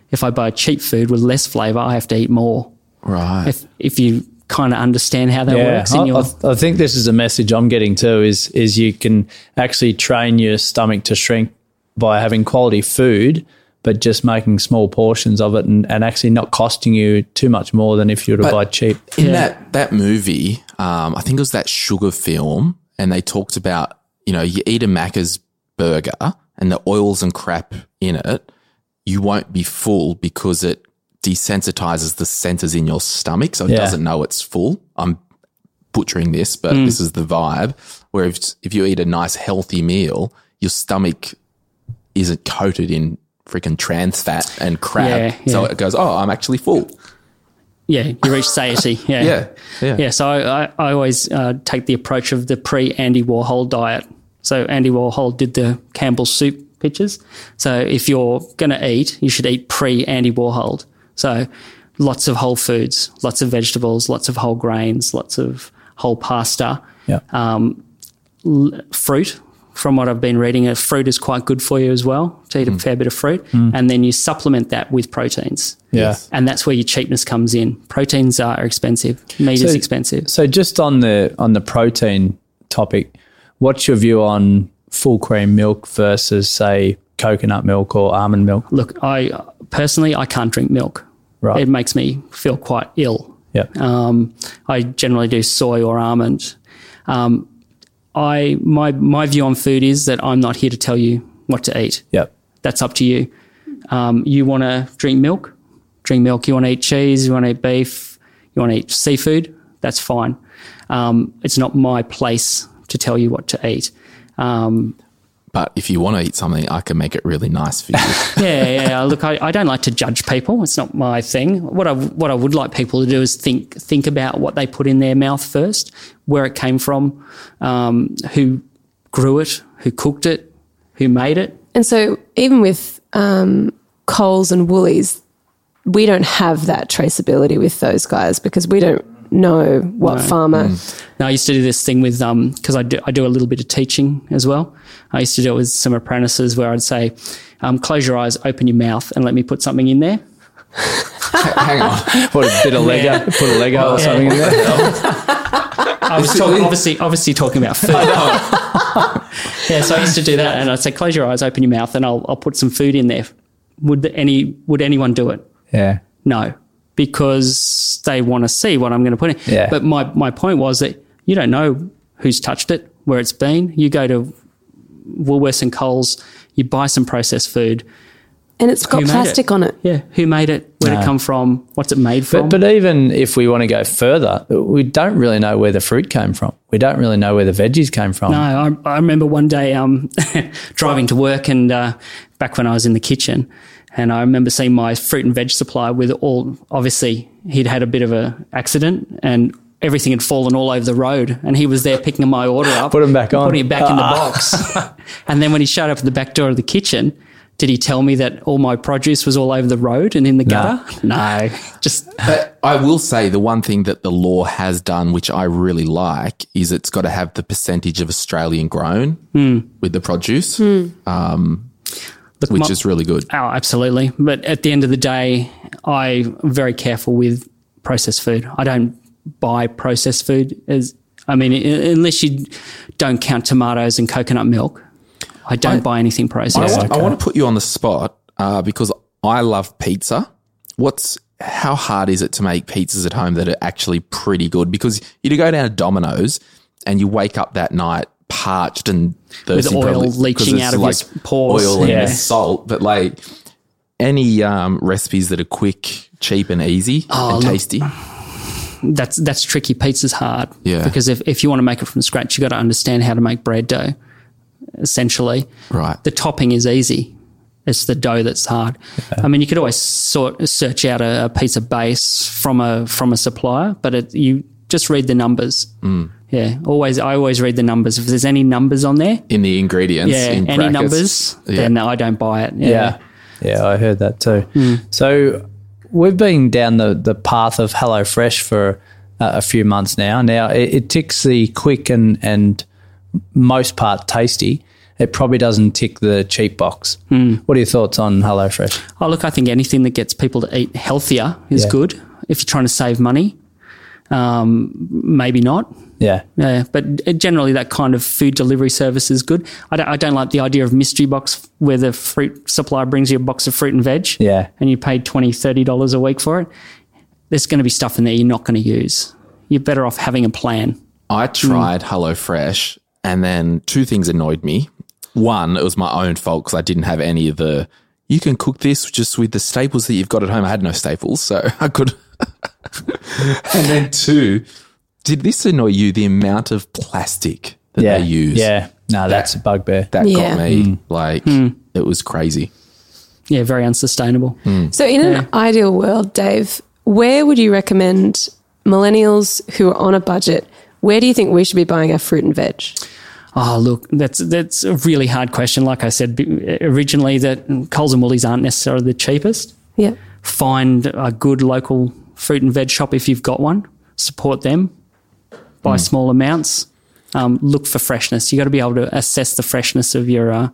E: If I buy cheap food with less flavor, I have to eat more.
B: Right.
E: If if you kind of understand how that works in
C: I,
E: your
C: I, I think this is a message I'm getting too. Is is you can actually train your stomach to shrink by having quality food, but just making small portions of it, and, and actually not costing you too much more than if you were to buy cheap.
B: in that that movie, um, I think it was that sugar film, and they talked about you know you eat a Macca's burger and the oils and crap in it, you won't be full because it desensitizes the centers in your stomach, so it
C: Yeah.
B: doesn't know it's full. I'm butchering this, but
E: Mm.
B: this is the vibe. Where if if you eat a nice healthy meal, your stomach isn't coated in freaking trans fat and crap,
E: Yeah,
B: so
E: yeah.
B: it goes, oh, I'm actually full.
E: yeah, you reach satiety. Yeah.
B: Yeah, yeah.
E: Yeah, so I, I, I always uh, take the approach of the pre Andy Warhol diet. So Andy Warhol did the Campbell soup pictures. So if you're going to eat, you should eat pre Andy Warhol. So lots of whole foods, lots of vegetables, lots of whole grains, lots of whole pasta,
C: Yeah,
E: fruit. From what I've been reading, uh, fruit is quite good for you as well. To eat
C: Hmm.
E: a fair bit of fruit, and then you supplement that with proteins.
C: yeah.
E: And that's where your cheapness comes in. Proteins are expensive. Meat is
C: So-
E: expensive.
C: So just on the on the protein topic, what's your view on full cream milk versus say coconut milk or almond milk?
E: look, I personally I can't drink milk.
C: Right.
E: It makes me feel quite ill.
C: Yeah.
E: Um, I generally do soy or almond. Um, I my my view on food is that I'm not here to tell you what to eat.
C: yeah.
E: That's up to you. Um, you want to drink milk, drink milk. You want to eat cheese, you want to eat beef, you want to eat seafood. That's fine. Um, it's not my place to tell you what to eat. Um,
B: But if you want to eat something, I can make it really nice for you.
E: yeah, yeah. yeah. Look, I, I don't like to judge people. It's not my thing. What I what I would like people to do is think think about what they put in their mouth first, where it came from, um, who grew it, who cooked it, who made it.
D: And so, even with um, Coles and Woolies, we don't have that traceability with those guys because we don't know what farmer.
E: Now, I used to do this thing with um because I do I do a little bit of teaching as well. I used to do it with some apprentices where I'd say, um, close your eyes, open your mouth, and let me put something in there.
B: Hang on.
C: Put a bit of Lego,
E: Yeah.
C: put a Lego or
E: Yeah.
C: something in there.
E: I was talking, obviously, obviously talking about food. yeah, so I used to do that, and I'd say, "Close your eyes, open your mouth, and I'll, I'll put some food in there." Would the- any Would anyone do it?
C: Yeah.
E: No, because they want to see what I'm going to put in.
C: Yeah.
E: But my my point was that you don't know who's touched it, where it's been. You go to Woolworths and Coles, you buy some processed food.
D: And it's got
E: Who made
D: plastic
E: it?
D: on it.
E: Yeah, who made it? Where did it come from? What's it made from?
C: But, but even if we want to go further, we don't really know where the fruit came from. We don't really know where the veggies came from.
E: No, I, I remember one day um, driving to work and uh, back when I was in the kitchen, and I remember seeing my fruit and veg supply with all. Obviously, he'd had a bit of a accident and everything had fallen all over the road, and he was there picking my order up,
C: Put 'em back on.
E: putting it back in the box, and then when he showed up at the back door of the kitchen. Did he tell me that all my produce was all over the road and in the gutter? No, just
B: But I will say the one thing that the law has done, which I really like, is it's got to have the percentage of Australian grown with the produce,
E: Hmm.
B: um,
E: look,
B: which
E: my-
B: is really good.
E: Oh, absolutely. But at the end of the day, I'm very careful with processed food. I don't buy processed food as I mean, u- unless you don't count tomatoes and coconut milk, I don't buy anything
B: I,
E: processed.
B: want, I want to put you on the spot uh, because I love pizza. What's how hard is it to make pizzas at home that are actually pretty good? Because you go down to Domino's and you wake up that night parched and thirsty
E: oil
B: probably, 'cause
E: leaching
B: it's
E: out of your s- pores.
B: oil and
E: Yeah.
B: the salt, but like any um, recipes that are quick, cheap, and easy
E: Oh,
B: and tasty?
E: That's that's tricky. Pizza's hard.
B: Yeah.
E: Because if, if you want to make it from scratch, you got to understand how to make bread dough, essentially.
B: Right.
E: The topping is easy. It's the dough that's hard. I mean, you could always sort search out a, a pizza base from a from a supplier, but it, you just read the numbers.
B: Mm.
E: Yeah, always. I always read the numbers. If there's any numbers on there,
B: in the ingredients,
E: yeah,
B: in
E: any
B: brackets.
E: numbers,
B: Yeah.
E: then I don't buy it.
C: Yeah. Yeah, I heard that too.
E: Hmm.
C: So we've been down the, the path of HelloFresh for uh, a few months now. Now it, it ticks the quick and, and most part tasty. It probably doesn't tick the cheap box.
E: Hmm.
C: What are your thoughts on HelloFresh?
E: Oh, look, I think anything that gets people to eat healthier is
C: Yeah.
E: good. If you're trying to save money, um, maybe not.
C: Yeah.
E: Yeah, but uh, generally, that kind of food delivery service is good. I don't, I don't like the idea of mystery box where the fruit supplier brings you a box of fruit and veg
C: Yeah.
E: and you pay $20, $30 a week for it. There's going to be stuff in there you're not going to use. You're better off having a plan.
B: I tried HelloFresh, and then two things annoyed me. One, it was my own fault because I didn't have any of the. You can cook this just with the staples that you've got at home. I had no staples, so I could. and then two, did this annoy you? The amount of plastic that
C: Yeah.
B: they use.
C: Yeah. No, that's a bugbear.
B: that
D: Yeah.
B: got me. Like it was crazy.
E: Yeah, very unsustainable.
D: So, in an ideal world, Dave, where would you recommend millennials who are on a budget? Where do you think we should be buying our fruit and veg?
E: Oh, look, that's that's a really hard question. Like I said b- originally, that Coles and Woolies aren't necessarily the cheapest.
D: Yeah.
E: Find a good local fruit and veg shop if you've got one. Support them.
B: Hmm.
E: Buy small amounts. Um, look for freshness. You got to be able to assess the freshness of your uh,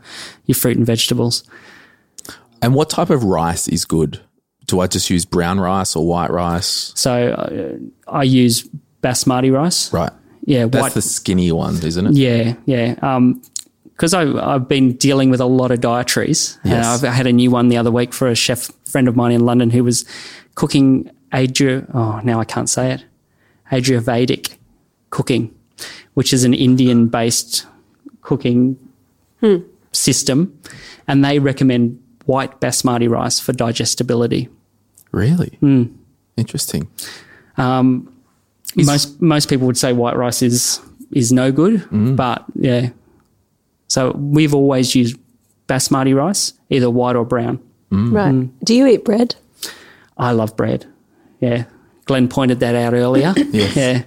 E: your fruit and vegetables.
B: And what type of rice is good? Do I just use brown rice or white rice?
E: So uh, I use basmati rice.
B: Right.
E: Yeah,
B: That's
E: white
B: the skinny one, isn't it?
E: Yeah, yeah. Um, because I've, I've been dealing with a lot of dietaries. And
B: Yes.
E: I've I had a new one the other week for a chef friend of mine in London who was cooking Adria. Oh, now I can't say it. Ayurvedic cooking, which is an Indian based cooking
B: Hmm.
E: system. And they recommend white basmati rice for digestibility.
B: Really? Interesting.
E: most most people would say white rice is is no good,
D: Mm.
E: but yeah. So we've always used basmati rice, either white or brown.
D: Right.
E: Mm.
D: Do you eat bread?
E: I love bread. Yeah. Glenn pointed that out earlier. Yeah.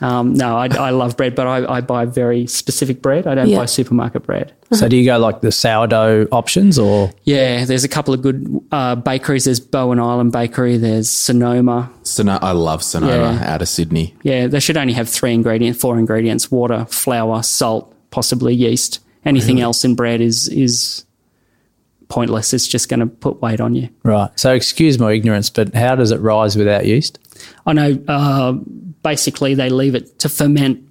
E: Um, no, I, I love bread, but I, I buy very specific bread. I don't
D: Yeah.
E: buy supermarket bread.
C: So do you go like the sourdough options or
E: Yeah, there's a couple of good uh, bakeries. There's Bowen Island Bakery. There's Sonoma.
B: Sonoma, I love Sonoma
E: Yeah.
B: out of Sydney.
E: Yeah, they should only have three ingredients, four ingredients: water, flour, salt, possibly yeast. Anything else in bread is is pointless. It's just going to put weight on you.
C: right? So excuse my ignorance, but how does it rise without yeast?
E: I know. Uh, basically, they leave it to ferment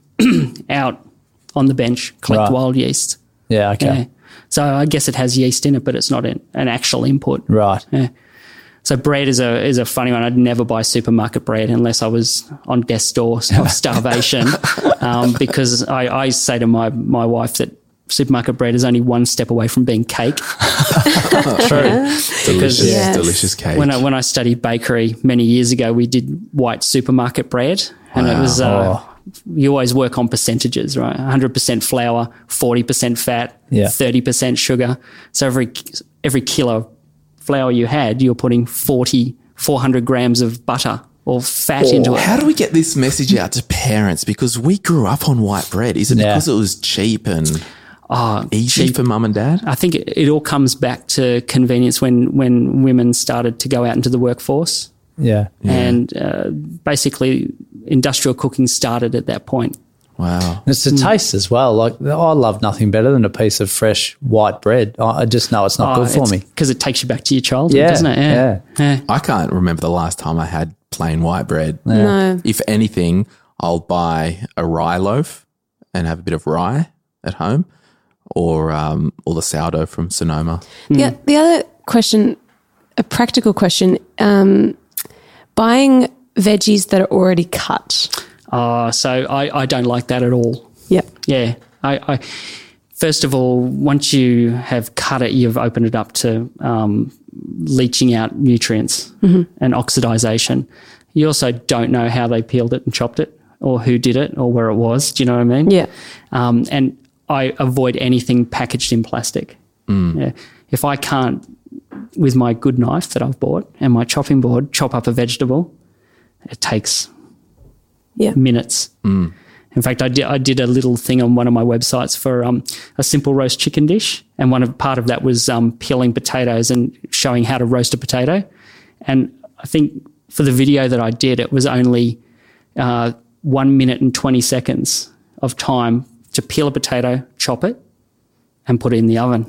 E: out on the bench, collect
C: Right.
E: wild yeast.
C: Yeah. Okay.
E: Yeah. So I guess it has yeast in it, but it's not an, an actual input.
C: Right.
E: So bread is a is a funny one. I'd never buy supermarket bread unless I was on death's door of starvation, um, because I, I say to my my wife that supermarket bread is only one step away from being cake.
B: Delicious,
D: Yes.
B: delicious cake.
E: When I when I studied bakery many years ago, we did white supermarket bread, and it was uh, you always work on percentages, right? One hundred percent flour, forty percent fat,
C: Yeah.
E: thirty percent sugar. So every every kilo of flour you had, you're putting 40, 400 grams of butter or fat into it.
B: How do we get this message out to parents? Because we grew up on white bread. Is it
C: Yeah.
B: because it was cheap and
E: Oh,
B: easy for mum and dad?
E: I think it, it all comes back to convenience when when women started to go out into the workforce,
C: Yeah.
E: and uh, basically industrial cooking started at that point.
B: Wow.
C: It's the taste as well. Like I love nothing better than a piece of fresh white bread. I I just know Oh, it's not good for me.
E: because Uh, it takes you back to your childhood,
C: Yeah,
E: doesn't it?
C: yeah.
E: yeah.
B: I can't remember the last time I had plain white bread.
D: No.
B: If anything, I'll buy a rye loaf and have a bit of rye at home, or um, or the sourdough from Sonoma.
E: Mm.
D: Yeah. The other question, a practical question, um, buying veggies that are already cut.
E: Uh, so I, I don't like that at all.
D: Yep.
E: Yeah. I, I first of all, once you have cut it, you've opened it up to um, leaching out nutrients
D: Mm-hmm.
E: and oxidization. You also don't know how they peeled it and chopped it or who did it or where it was. Do you know what I mean?
D: Yeah.
E: Um, and I avoid anything packaged in plastic. Yeah. If I can't, with my good knife that I've bought and my chopping board, chop up a vegetable, it takes
D: Yeah.
E: minutes. In fact, I did, I did a little thing on one of my websites for um, a simple roast chicken dish, and one of part of that was um, peeling potatoes and showing how to roast a potato. And I think for the video that I did, it was only uh, one minute and twenty seconds of time to peel a potato, chop it, and put it in the oven.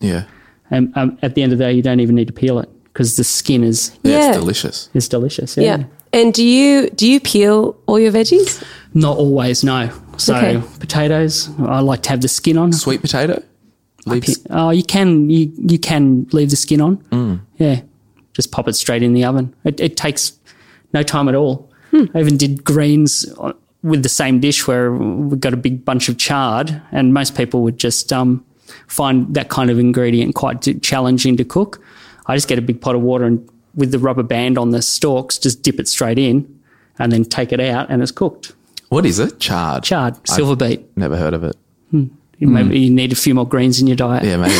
B: Yeah.
E: And um, at the end of the day, you don't even need to peel it because the skin is
B: Yeah,
D: Yeah.
B: it's delicious.
E: is delicious.
D: Yeah. And do you do you peel all your veggies?
E: Not always, no. So
D: Okay.
E: potatoes, I like to have the skin on.
B: Sweet potato? Leaves.
E: Oh, you can you you can leave the skin on. Yeah, just pop it straight in the oven. It, it takes no time at all. I even did greens uh, with the same dish where we got a big bunch of chard, and most people would just um, find that kind of ingredient quite t- challenging to cook. I just get a big pot of water and with the rubber band on the stalks, just dip it straight in, and then take it out, and it's cooked.
B: What is it? Chard.
E: Chard, silver beet.
B: Never heard of it.
E: Maybe you need a few more greens in your diet.
B: Yeah, maybe.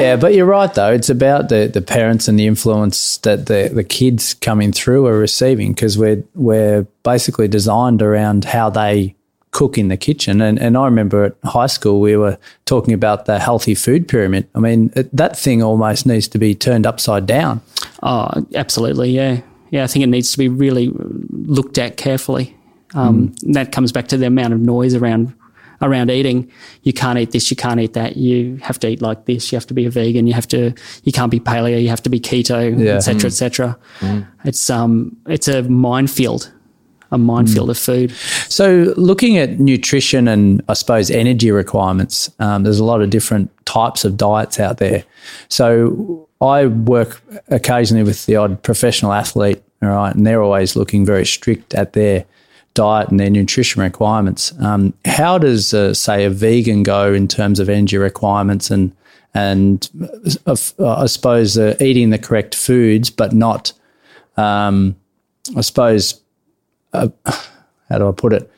C: yeah, but you're right though. It's about the, the parents and the influence that the, the kids coming through are receiving because we're we're basically designed around how they cook in the kitchen. And and I remember at high school we were talking about the healthy food pyramid. I mean it, that thing almost needs to be turned upside down.
E: Oh, absolutely. Yeah. Yeah. I think it needs to be really looked at carefully. Um, That comes back to the amount of noise around around eating. You can't eat this. You can't eat that. You have to eat like this. You have to be a vegan. You have to. You can't be paleo. You have to be keto, etc.,
C: Yeah.
E: et cetera, et cetera. It's um, it's a minefield, a minefield of food.
C: So, looking at nutrition and I suppose energy requirements, um, there's a lot of different types of diets out there. So, I work occasionally with the odd professional athlete, all right, and they're always looking very strict at their diet and their nutrition requirements. Um, how does, uh, say, a vegan go in terms of energy requirements and and uh, I suppose uh, eating the correct foods, but not, um, I suppose, how do I put it?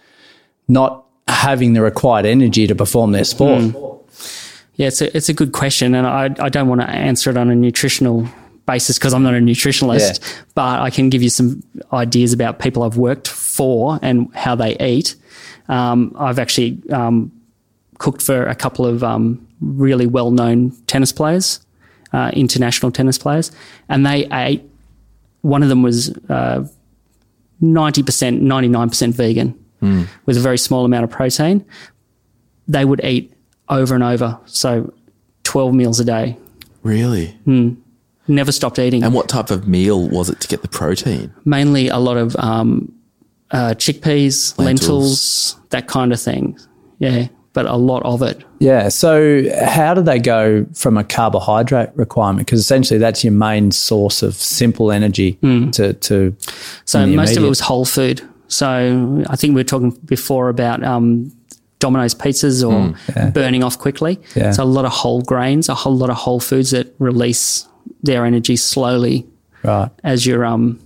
C: Not having the required energy to perform their sport.
E: Hmm. Yeah, it's a, it's a good question, and I, I don't want to answer it on a nutritional basis because I'm not a nutritionalist,
C: Yeah.
E: but I can give you some ideas about people I've worked for and how they eat. Um, I've actually um, cooked for a couple of um, really well known tennis players, uh, international tennis players, and they ate, one of them was uh, 90%, 99% vegan with a very small amount of protein they would eat over and over. So 12 meals a day,
B: really?
E: never stopped eating.
B: And what type of meal was it to get the protein?
E: Mainly a lot of um, uh, chickpeas, lentils. that kind of thing. Yeah, but a lot of it.
C: Yeah. So, how do they go from a carbohydrate requirement? Because essentially, that's your main source of simple energy
E: Hmm.
C: to, to
E: So
C: in the
E: most of it
C: immediate.
E: was whole food. So I think we were talking before about um, Domino's pizzas or burning off quickly.
C: Yeah.
E: So a lot of whole grains, a whole lot of whole foods that release their energy slowly
C: Right.
E: as you're um,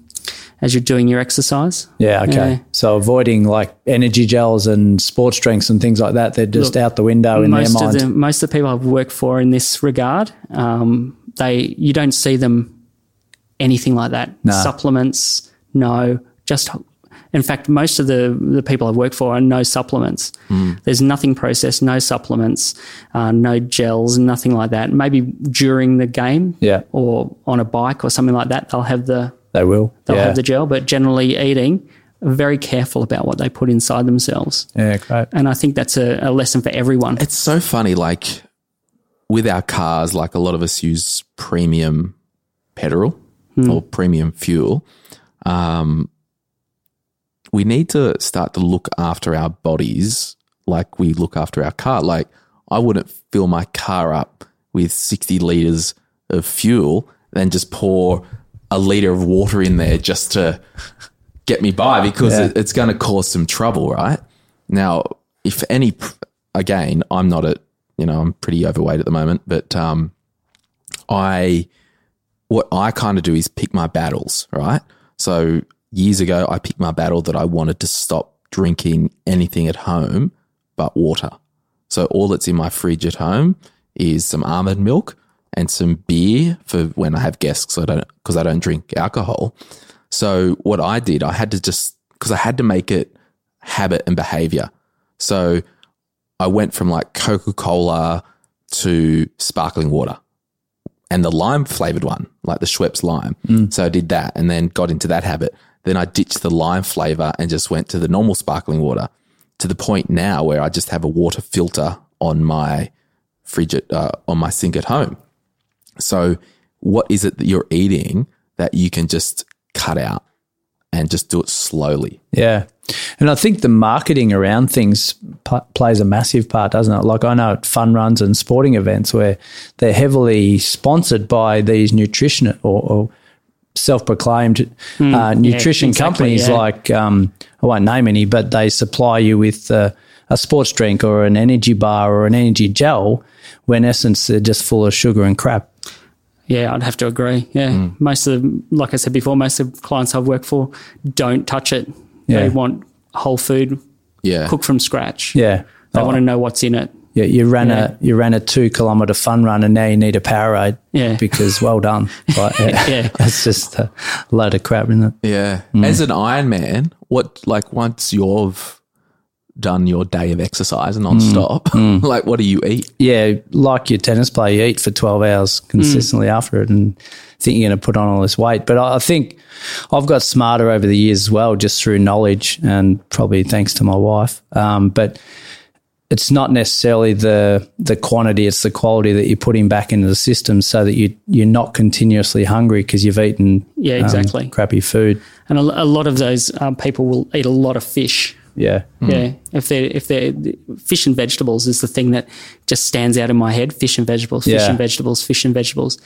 E: as you're doing your exercise.
C: Yeah. Okay.
E: Yeah.
C: So, avoiding like energy gels and sports drinks and things like that, they're just out the window in their
E: most
C: mind.
E: Of the, most of the people I've worked for in this regard, um, they you don't see them anything like that. Supplements, no. Just in fact, most of the the people I've worked for are no supplements.
C: Hmm.
E: There's nothing processed, no supplements, uh, no gels, nothing like that. Maybe during the game,
C: Yeah.
E: or on a bike or something like that, they'll have the
C: they will.
E: they'll
C: yeah.
E: have the gel. But generally, eating very careful about what they put inside themselves.
C: yeah. Great.
E: And I think that's a, a lesson for everyone.
B: It's so funny, like with our cars, like a lot of us use premium petrol or premium fuel. Um, we need to start to look after our bodies like we look after our car. Like I wouldn't fill my car up with 60 liters of fuel, then just pour a liter of water in there just to get me by because it, it's going to cause some trouble, right? Now, if any, again, I'm not a, you know, I'm pretty overweight at the moment, but um, I what I kind of do is pick my battles, right? So years ago, I picked my battle that I wanted to stop drinking anything at home but water. So all that's in my fridge at home is some almond milk and some beer for when I have guests. So I don't because I don't drink alcohol. So what I did, I had to just because I had to make it habit and behavior. So I went from like Coca Cola to sparkling water and the lime flavored one, like the Schweppes lime. So I did that and then got into that habit. Then I ditched the lime flavor and just went to the normal sparkling water to the point now where I just have a water filter on my fridge, at, uh, on my sink at home. So, what is it that you're eating that you can just cut out and just do it slowly?
C: Yeah. And I think the marketing around things p- plays a massive part, doesn't it? Like I know at fun runs and sporting events where they're heavily sponsored by these nutrition or, or self-proclaimed uh, nutrition
E: Hmm. exactly,
C: companies
E: yeah.
C: like um, I won't name any, but they supply you with uh, a sports drink or an energy bar or an energy gel when in essence they're just full of sugar and crap.
E: Yeah, I'd have to agree. Yeah.
C: Hmm.
E: Most of the, like I said before, most of the clients I've worked for don't touch it.
C: Yeah.
E: They want whole food
B: Yeah.
E: cooked from scratch.
C: Yeah.
E: They
C: Oh,
E: want to know what's in it.
C: you, you ran a you ran a two kilometre fun run and now you need a Powerade.
E: Yeah.
C: Because well done. Like, yeah.
E: Yeah.
C: That's just a load of crap, isn't it?
B: Yeah. As an Iron Man, what like once you've done your day of exercise non-stop, like what do you eat?
C: Yeah, like your tennis player, you eat for twelve hours consistently
E: Mm.
C: after it and think you're gonna put on all this weight. But I, I think I've got smarter over the years as well, just through knowledge and probably thanks to my wife. Um, but it's not necessarily the the quantity; it's the quality that you're putting back into the system, so that you you're not continuously hungry because you've eaten
E: Yeah,
C: um,
E: exactly.
C: crappy food.
E: and a, a lot of those um, people will eat a lot of fish.
C: Yeah.
E: Yeah, if they if they fish and vegetables is the thing that just stands out in my head. Fish and vegetables, fish
C: Yeah.
E: and vegetables, fish and vegetables,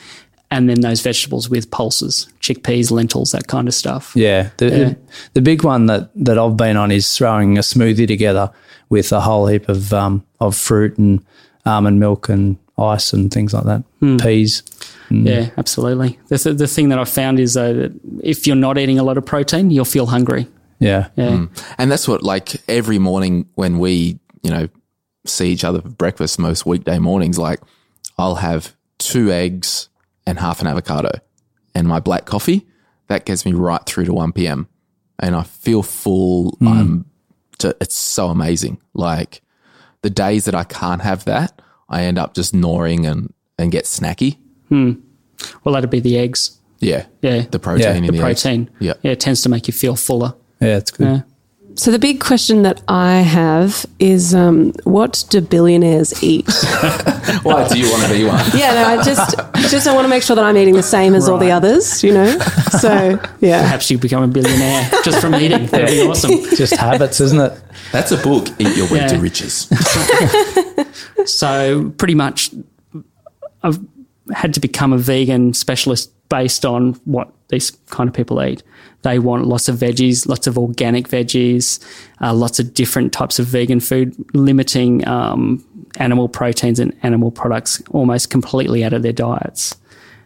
E: and then those vegetables with pulses, chickpeas, lentils, that kind of stuff.
C: Yeah. The, The, the big one that, that I've been on is throwing a smoothie together with a whole heap of um, of fruit and almond milk and ice and things like that.
E: Hmm.
C: Peas.
E: Yeah, absolutely. The, th- the thing that I've found is though that if you're not eating a lot of protein, you'll feel hungry.
C: Yeah.
E: Yeah,
B: And that's what like every morning when we, you know, see each other for breakfast most weekday mornings, like I'll have two eggs and half an avocado and my black coffee. That gets me right through to 1 p.m. And I feel full.
E: Hmm.
B: I'm to, it's so amazing. Like the days that I can't have that, I end up just gnawing and, and get snacky.
E: well, that'd be the eggs.
B: Yeah.
E: Yeah,
B: The protein
C: Yeah.
B: in
C: The
B: the, eggs.
E: protein.
B: Yeah.
E: yeah, it tends to make you feel fuller.
C: Yeah, it's good.
E: Yeah.
D: So the big question that I have is, um, what do billionaires eat?
B: Why do you want to be one?
D: yeah, no, I just just I want to make sure that I'm eating the same as all the
E: Right.
D: others, you know. So yeah,
E: Perhaps you become a billionaire just from eating. That'd be awesome.
C: Just habits, isn't it?
B: That's a book, Eat Your Way to
E: Yeah.
B: Riches.
E: So pretty much, I've had to become a vegan specialist based on what these kind of people eat. They want lots of veggies, lots of organic veggies, uh, lots of different types of vegan food, limiting um, animal proteins and animal products almost completely out of their diets.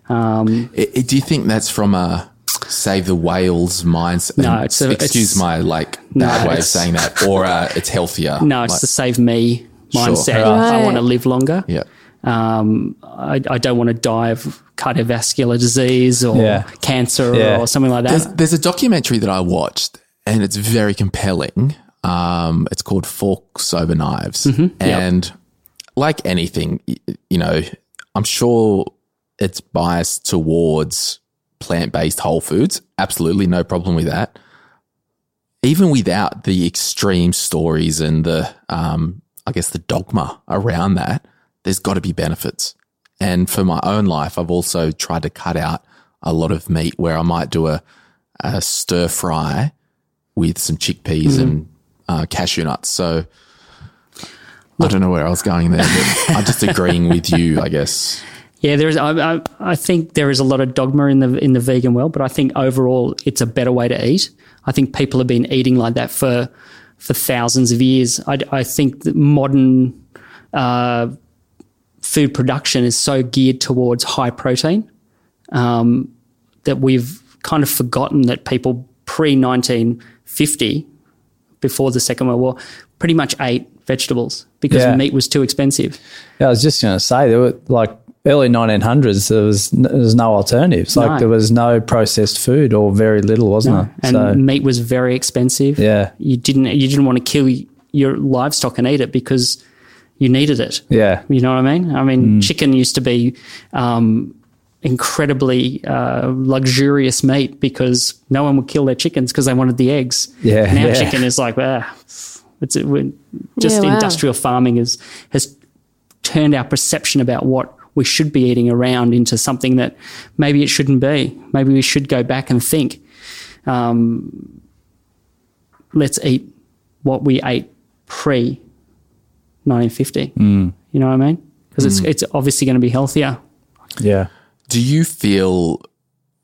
B: I- I- do you think that's from a save the whales mindset?
E: No,
B: And
E: it's a-
B: excuse
E: it's-
B: my like bad way of
E: it's-
B: saying that, or uh, it's healthier.
E: No, it's
B: Like,
E: the save me mindset.
D: Right.
E: I want to live longer.
B: yeah,
E: um, I, I don't want to die of cardiovascular disease or
C: Yeah.
E: cancer
C: Yeah.
E: or something like
B: there's,
E: that.
B: there's a documentary that I watched, and it's very compelling. Um, it's called Forks Over Knives, and like anything, y- you know, I'm sure it's biased towards plant-based whole foods. Absolutely, no problem with that. even without the extreme stories and the, um, I guess, the dogma around that, there's got to be benefits. And for my own life, I've also tried to cut out a lot of meat where I might do a, a stir fry with some chickpeas
E: Mm.
B: and uh, cashew nuts. So I don't know where I was going there, but I'm just agreeing with you, I guess.
E: Yeah, there is. I, I, I think there is a lot of dogma in the in the vegan world, but I think overall it's a better way to eat. I think people have been eating like that for for thousands of years. I, I think that modern uh, food production is so geared towards high protein um, that we've kind of forgotten that people pre 1950, before the Second World War, pretty much ate vegetables because
C: Yeah.
E: meat was too expensive.
C: Yeah, I was just going to say there were like early 1900s. There was n- there was no alternatives. Like
E: No.
C: there was no processed food or very little, wasn't there?
E: and
C: So
E: meat was very expensive.
C: yeah,
E: you didn't you didn't want to kill your livestock and eat it because you needed it.
C: yeah, Mm.
E: You know what I mean? I mean, chicken used to be um, incredibly uh, luxurious meat because no one would kill their chickens because they wanted the eggs.
C: Yeah,
E: Now
C: yeah.
E: chicken is like, ah, it's it, we're- just
D: Yeah, wow.
E: industrial farming has has turned our perception about what we should be eating around into something that maybe it shouldn't be. Maybe we should go back and think. Um, let's eat what we ate pre 1950. You know what I mean? Because it's it's obviously going to be healthier.
C: yeah.
B: Do you feel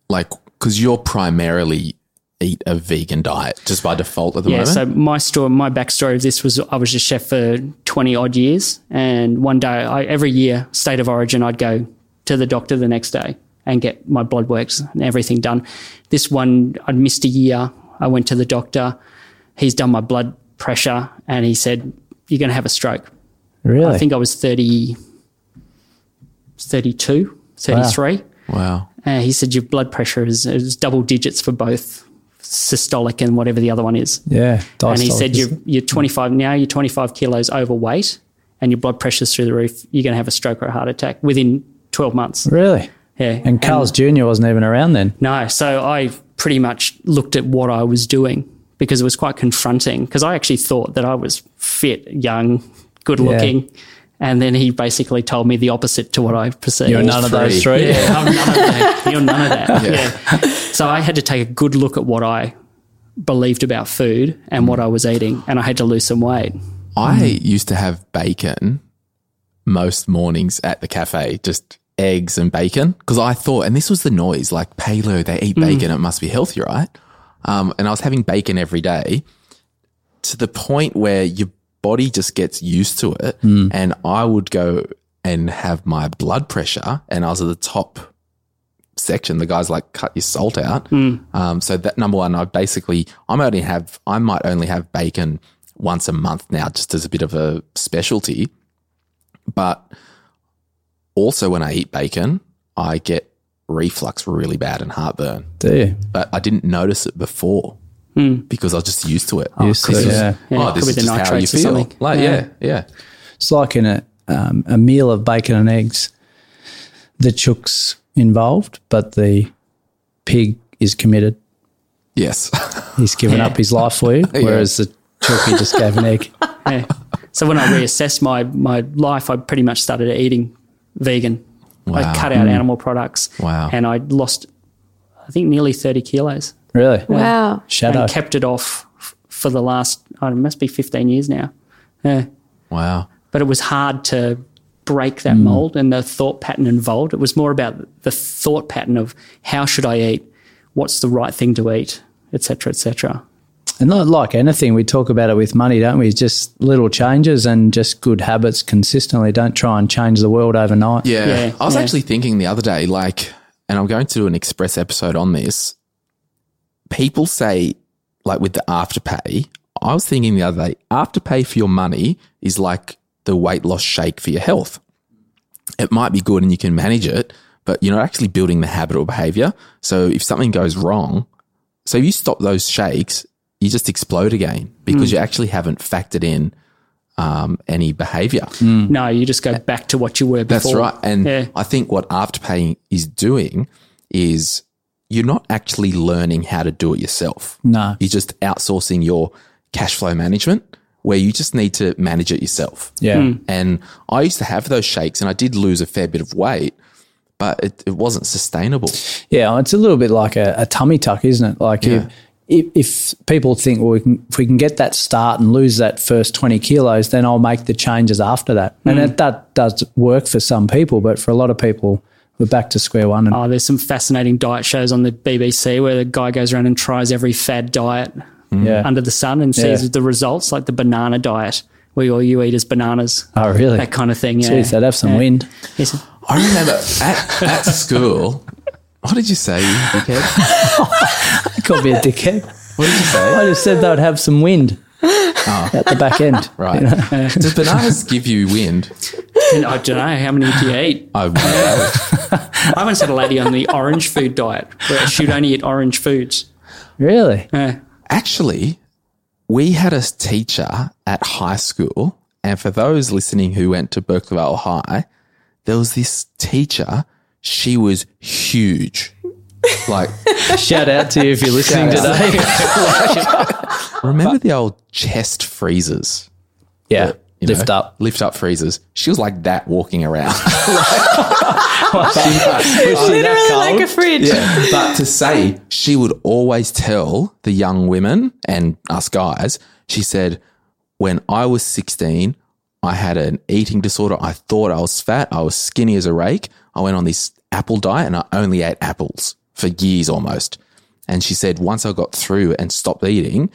B: like because you're primarily eat a vegan diet just by default at the
E: Yeah.
B: moment?
E: So my story, my backstory of this was I was a chef for twenty odd years, and one day, I, every year, state of origin, I'd go to the doctor the next day and get my blood works and everything done. This one, I'd missed a year. I went to the doctor. He's done my blood pressure, and he said, "You're going to have a stroke."
C: Really?
E: I think I was 30, 32, 33.
B: wow.
E: Uh, he said your blood pressure is, is double digits for both systolic and whatever the other one is.
C: yeah.
E: and he
C: Diastolic,
E: said you're,
C: isn't
E: you're 25 now, you're 25 kilos overweight and your blood pressure's through the roof. You're going to have a stroke or a heart attack within 12 months.
C: it? really.
E: Yeah.
C: And Carl's Jr. wasn't even around then.
E: No, so I pretty much looked at what I was doing because it was quite confronting. Because I actually thought that I was fit, young, good looking, and then he basically told me the opposite to what I perceived.
C: You're none of those
B: three.
C: three.
E: Yeah, I'm none of that. You're none of that. Yeah. So I had to take a good look at what I believed about food and what I was eating, and I had to lose some weight.
B: I used to have bacon most mornings at the cafe, just eggs and bacon. Because I thought, and this was the noise like, Palo, they eat bacon. It must be healthy, right? Um, and I was having bacon every day to the point where your body just gets used to it. And I would go and have my blood pressure, and I was at the top section. The guys like cut your salt out.
E: Hmm.
B: Um, so that number one, I basically I might only have I might only have bacon once a month now, just as a bit of a specialty. But also, when I eat bacon, I get reflux really bad and heartburn.
C: Do you?
B: But I didn't notice it before because I was just used to it.
C: Used to
B: This
C: it,
B: is-
C: yeah.
E: Hmm. Yeah,
B: Oh, this
E: could
B: is
E: be the
B: just how you
E: nitrates or
B: feel.
E: something.
B: Like, yeah, yeah.
C: It's like in a um, a meal of bacon and eggs. The chook's involved, but the pig is committed.
B: Yes.
C: He's given up his life for you, whereas the chook he just gave an egg.
E: Yeah. So when I reassessed my my life, I pretty much started eating vegan.
B: Wow. Mm.
E: I cut out animal products.
B: Wow.
E: And I lost, I think, nearly thirty kilos.
C: Really?
D: Wow.
C: Shadow.
E: and kept it off f- for the last, oh, it must be 15 years now. Yeah.
B: wow.
E: But it was hard to break that mold and the thought pattern involved. It was more about the thought pattern of how should I eat? What's the right thing to eat? Et cetera, et cetera.
C: And not like anything, we talk about it with money, don't we? Just little changes and just good habits consistently. Don't try and change the world overnight.
B: Yeah.
E: Yeah,
B: I was
E: yeah.
B: actually thinking the other day, like, and I'm going to do an express episode on this. People say, like, with the afterpay, I was thinking the other day, afterpay for your money is like the weight loss shake for your health. It might be good and you can manage it, but you're not actually building the habit or behavior. So if something goes wrong, so if you stop those shakes, you just explode again because
E: Hmm.
B: you actually haven't factored in um, any behavior.
E: No, you just go back to what you were
B: Mm. That's
E: before.
B: right. And
E: Yeah.
B: I think what Afterpay is doing is you're not actually learning how to do it yourself.
C: No.
B: You're just outsourcing your cash flow management where you just need to manage it yourself.
C: Yeah.
B: And I used to have those shakes and I did lose a fair bit of weight, but it, it wasn't sustainable.
C: Yeah, it's a little bit like a, a tummy tuck, isn't it? Like if, if if people think, well, we can, if we can get that start and lose that first twenty kilos, then I'll make the changes after that. And it, that does work for some people, but for a lot of people, we're back to square one. And
E: Oh, there's some fascinating diet shows on the BBC where the guy goes around and tries every fad diet
C: yeah,
E: under the sun and sees
C: Yeah.
E: the results, like the banana diet, where all you eat is bananas.
C: oh really?
E: That kind of thing. Yeah.
C: Jeez, they'd have some
E: Yeah.
C: wind.
E: Yes.
B: I remember at, at school, What did you say, you dickhead?
C: I could be a dickhead.
B: What did you say?
C: I just said they would have some wind at the back end.
B: Right. Does bananas give you wind?
E: And I don't know how many do you eat.
B: I wow.
E: I once had a lady on the orange food diet where she'd only eat orange foods.
C: Really?
E: Yeah.
B: Actually, we had a teacher at high school, and for those listening who went to Berkeleyvale High, there was this teacher. She was huge. Like,
C: Shout out to you if you're listening today.
B: remember the old chest freezers?
C: yeah.
B: you
C: Lift
B: know?
C: up.
B: Lift up freezers. She was like that walking around.
D: Literally like a fridge.
B: but to say she would always tell the young women and us guys, she said, when I was 16, I had an eating disorder. I thought I was fat. I was skinny as a rake. I went on this apple diet and I only ate apples for years almost. And she said, once I got through and stopped eating,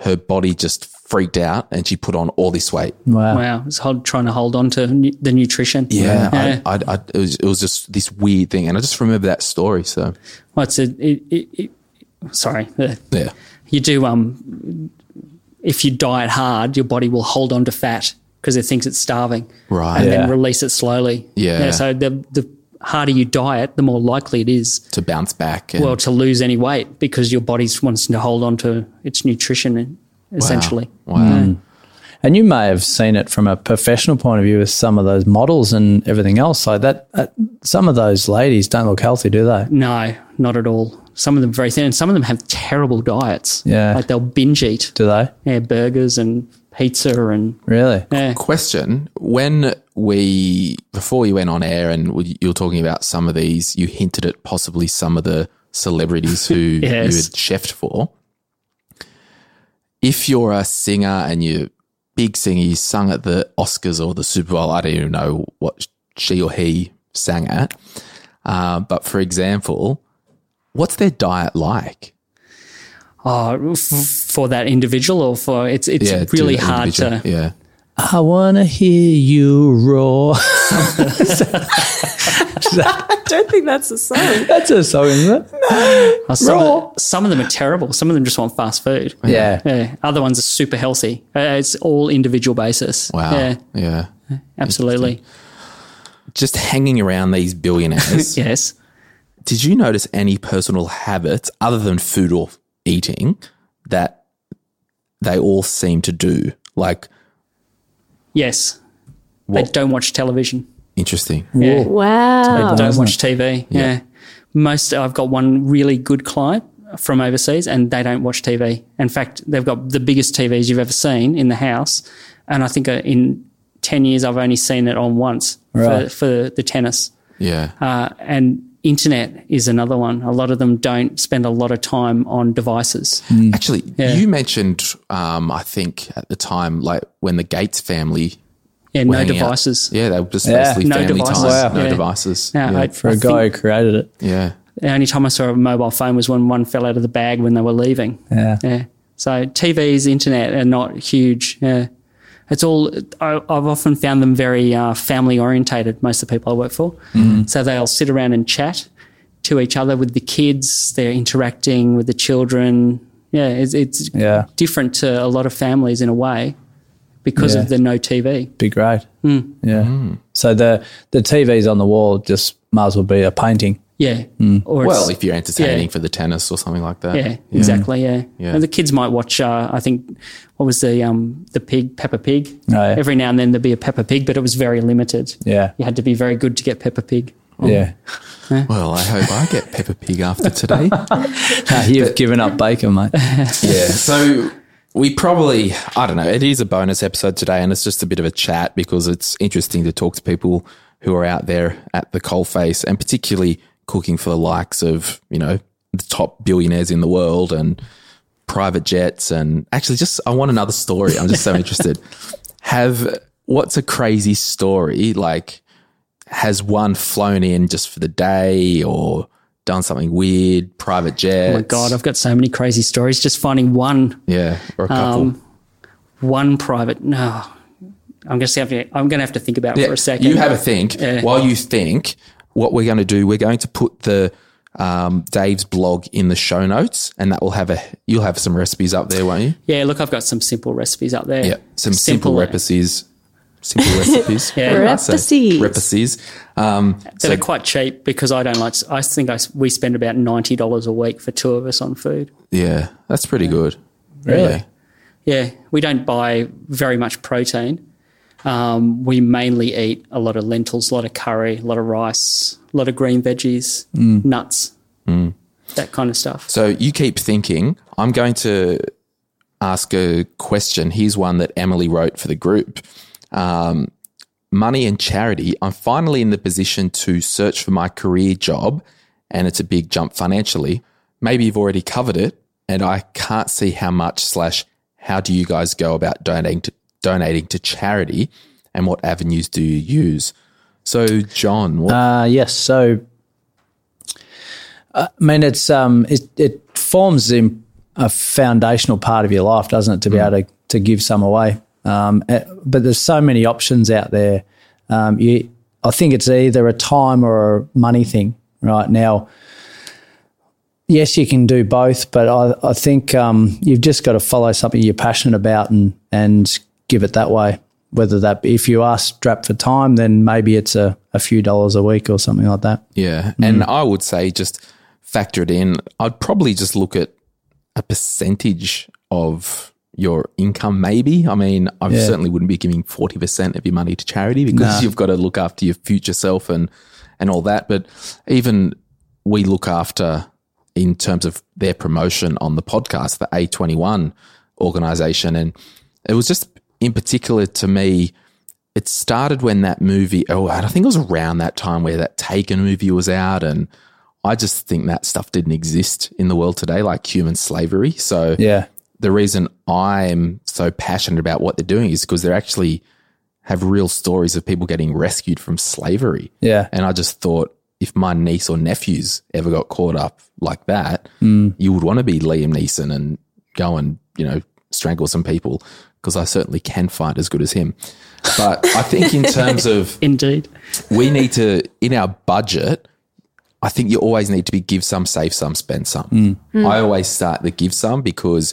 B: her body just freaked out and she put on all this weight.
C: Wow.
E: Wow. It's hard trying to hold on to nu- the nutrition.
B: Yeah. I, I, I, it, was, it was just this weird thing. And I just remember that story. So,
E: Well, it's a, it, it, it, sorry. Uh,
B: yeah.
E: You do, um, if you diet hard, your body will hold on to fat because it thinks it's starving.
B: Right.
E: And then
C: Yeah.
E: release it slowly.
B: Yeah.
E: so the, the harder you diet, the more likely it is.
B: To bounce back. And,
E: Well, to lose any weight because your body's wants to hold on to its nutrition, e, essentially. Mm.
B: wow.
C: And you may have seen it from a professional point of view with some of those models and everything else. Like that, uh, some of those ladies don't look healthy, do they?
E: No, not at all. Some of them very thin, and some of them have terrible diets.
C: Yeah.
E: like they'll binge eat
C: Do they?
E: yeah, burgers and pizza and
C: Really?
E: yeah.
B: Question: When we before we went on air and we- you were talking about some of these, you hinted at possibly some of the celebrities who
E: Yes.
B: you had chefed for. If you're a singer and you're a big singer, you sung at the Oscars or the Super Bowl. I don't even know what she or he sang at. Uh, but for example, what's their diet like?
E: oh, f- for that individual or for it's it's
B: to
E: really
B: that
E: hard to.
B: individual. yeah.
C: I want to hear you roar.
D: I don't think that's a sign.
C: That's a song, isn't it?
E: uh, Some of, some of them are terrible. Some of them just want fast food.
C: Yeah.
E: Yeah, other ones are super healthy. Uh, it's all individual basis.
B: Wow.
E: Yeah,
B: yeah.
E: absolutely.
B: Just hanging around these billionaires.
E: Yes.
B: did you notice any personal habits other than food or eating that they all seem to do? Like,
E: Yes. They don't watch television.
B: interesting.
E: Yeah.
D: Wow.
E: don't watch TV. Yeah. Most, I've got one really good client from overseas and they don't watch TV. In fact, they've got the biggest TVs you've ever seen in the house. And I think uh, in 10 years, I've only seen it on once for,
C: Right.
E: for the tennis.
B: Yeah.
E: Uh, and internet is another one. A lot of them don't spend a lot of time on devices.
B: Actually, you mentioned, um, I think at the time, like when the Gates family.
E: Yeah,
B: were
E: no
B: hanging out.
E: devices.
B: Yeah, they were just
C: Yeah.
B: basically
E: No
B: family
E: devices.
B: time.
E: Wow.
B: No
E: Yeah.
B: devices.
E: Now,
B: yeah.
E: I-
C: For
E: I
C: a guy
E: think
C: who created it.
B: yeah.
E: The only time I saw a mobile phone was when one fell out of the bag when they were leaving.
C: Yeah.
E: Yeah. So TVs, internet are not huge. Yeah. It's all, I, I've often found them very uh, family orientated, most of the people I work for.
C: Mm-hmm.
E: So they'll sit around and chat to each other with the kids. They're interacting with the children. Yeah. It's, it's
C: Yeah.
E: different to a lot of families in a way because
C: Yeah.
E: of the no TV.
C: Be great.
E: Hmm.
C: Yeah. So the, the TV's on the wall just might as well be a painting.
E: Yeah.
C: Hmm.
E: Or
B: Well,
E: it's-
B: if you're entertaining
E: yeah.
B: for the tennis or something like that.
E: Yeah, exactly. Yeah.
B: Yeah.
E: And the kids might watch. Uh, I think what was the um the pig Peppa Pig.
B: Oh,
C: yeah.
E: Every now and then there'd be a Peppa Pig, but it was very limited.
C: Yeah.
E: You had to be very good to get Peppa Pig.
C: Yeah.
E: Hmm.
B: Well, I hope I get Peppa Pig after today.
C: Ah, you've given up bacon, mate.
B: Yeah. So we probably, I don't know, it is a bonus episode today and it's just a bit of a chat because it's interesting to talk to people who are out there at the coalface and particularly cooking for the likes of, you know, the top billionaires in the world and private jets. And actually, just I want another story. I'm just so interested. Have what's a crazy story? Like, has one flown in just for the day or done something weird? Private jets.
E: Oh my God, I've got so many crazy stories. Just finding one
B: yeah. Or a couple.
E: Um, one private. No, I'm gonna have to. I'm gonna have to think about it
B: Yeah,
E: for a second.
B: You have a think. While you think, what we're going to do, we're going to put the um, Dave's blog in the show notes, and that will have a you'll have some recipes up there, won't you?
E: Yeah, look, I've got some simple recipes up there.
B: Yeah, some simple, recipes. Simple recipes.
E: Yeah.
B: I'd say.
D: Recipes.
B: Recipes. Um,
E: That
B: so
E: are quite cheap because I don't like. I think I, we spend about ninety dollars a week for two of us on food.
B: yeah, that's pretty good.
C: Really?
B: Yeah.
E: Yeah, we don't buy very much protein. Um, we mainly eat a lot of lentils, a lot of curry, a lot of rice, a lot of green veggies, nuts, that kind of stuff.
B: Mm. So you keep thinking. I'm going to ask a question. Here's one that Emily wrote for the group. Um, money and charity. I'm finally in the position to search for my career job, and it's a big jump financially. Maybe you've already covered it, and I can't see how much slash how do you guys go about donating to donating to charity, and what avenues do you use? So, John, what,
C: Uh, yes. So, uh, I mean, it's um, it it forms in a foundational part of your life, doesn't it? To be able to, to give some away. Um, eh, but there's so many options out there. Um, you, I think it's either a time or a money thing right now. Yes, you can do both, but I, I think um, you've just got to follow something you're passionate about and and give it that way. Whether that be, if you are strapped for time, then maybe it's a, a few dollars a week or something like that.
B: Yeah. And I would say just factor it in. I'd probably just look at a percentage of your income, maybe. I mean, I certainly wouldn't be giving 40% of your money to charity because you've got to look after your future self and, and all that. But even we look after in terms of their promotion on the podcast, the A21 organization. And it was just in particular to me, it started when that movie, oh, I think it was around that time where that Taken movie was out. And I just think that stuff didn't exist in the world today, like human slavery. So
C: Yeah,
B: the reason I'm so passionate about what they're doing is because they're actually have real stories of people getting rescued from slavery.
C: yeah,
B: And I just thought, if my niece or nephews ever got caught up like that, you would want to be Liam Neeson and go and, you know, strangle some people because I certainly can fight as good as him. But I think in terms of
E: Indeed.
B: we need to in our budget i think you always need to be give some save some spend some i always start the give some because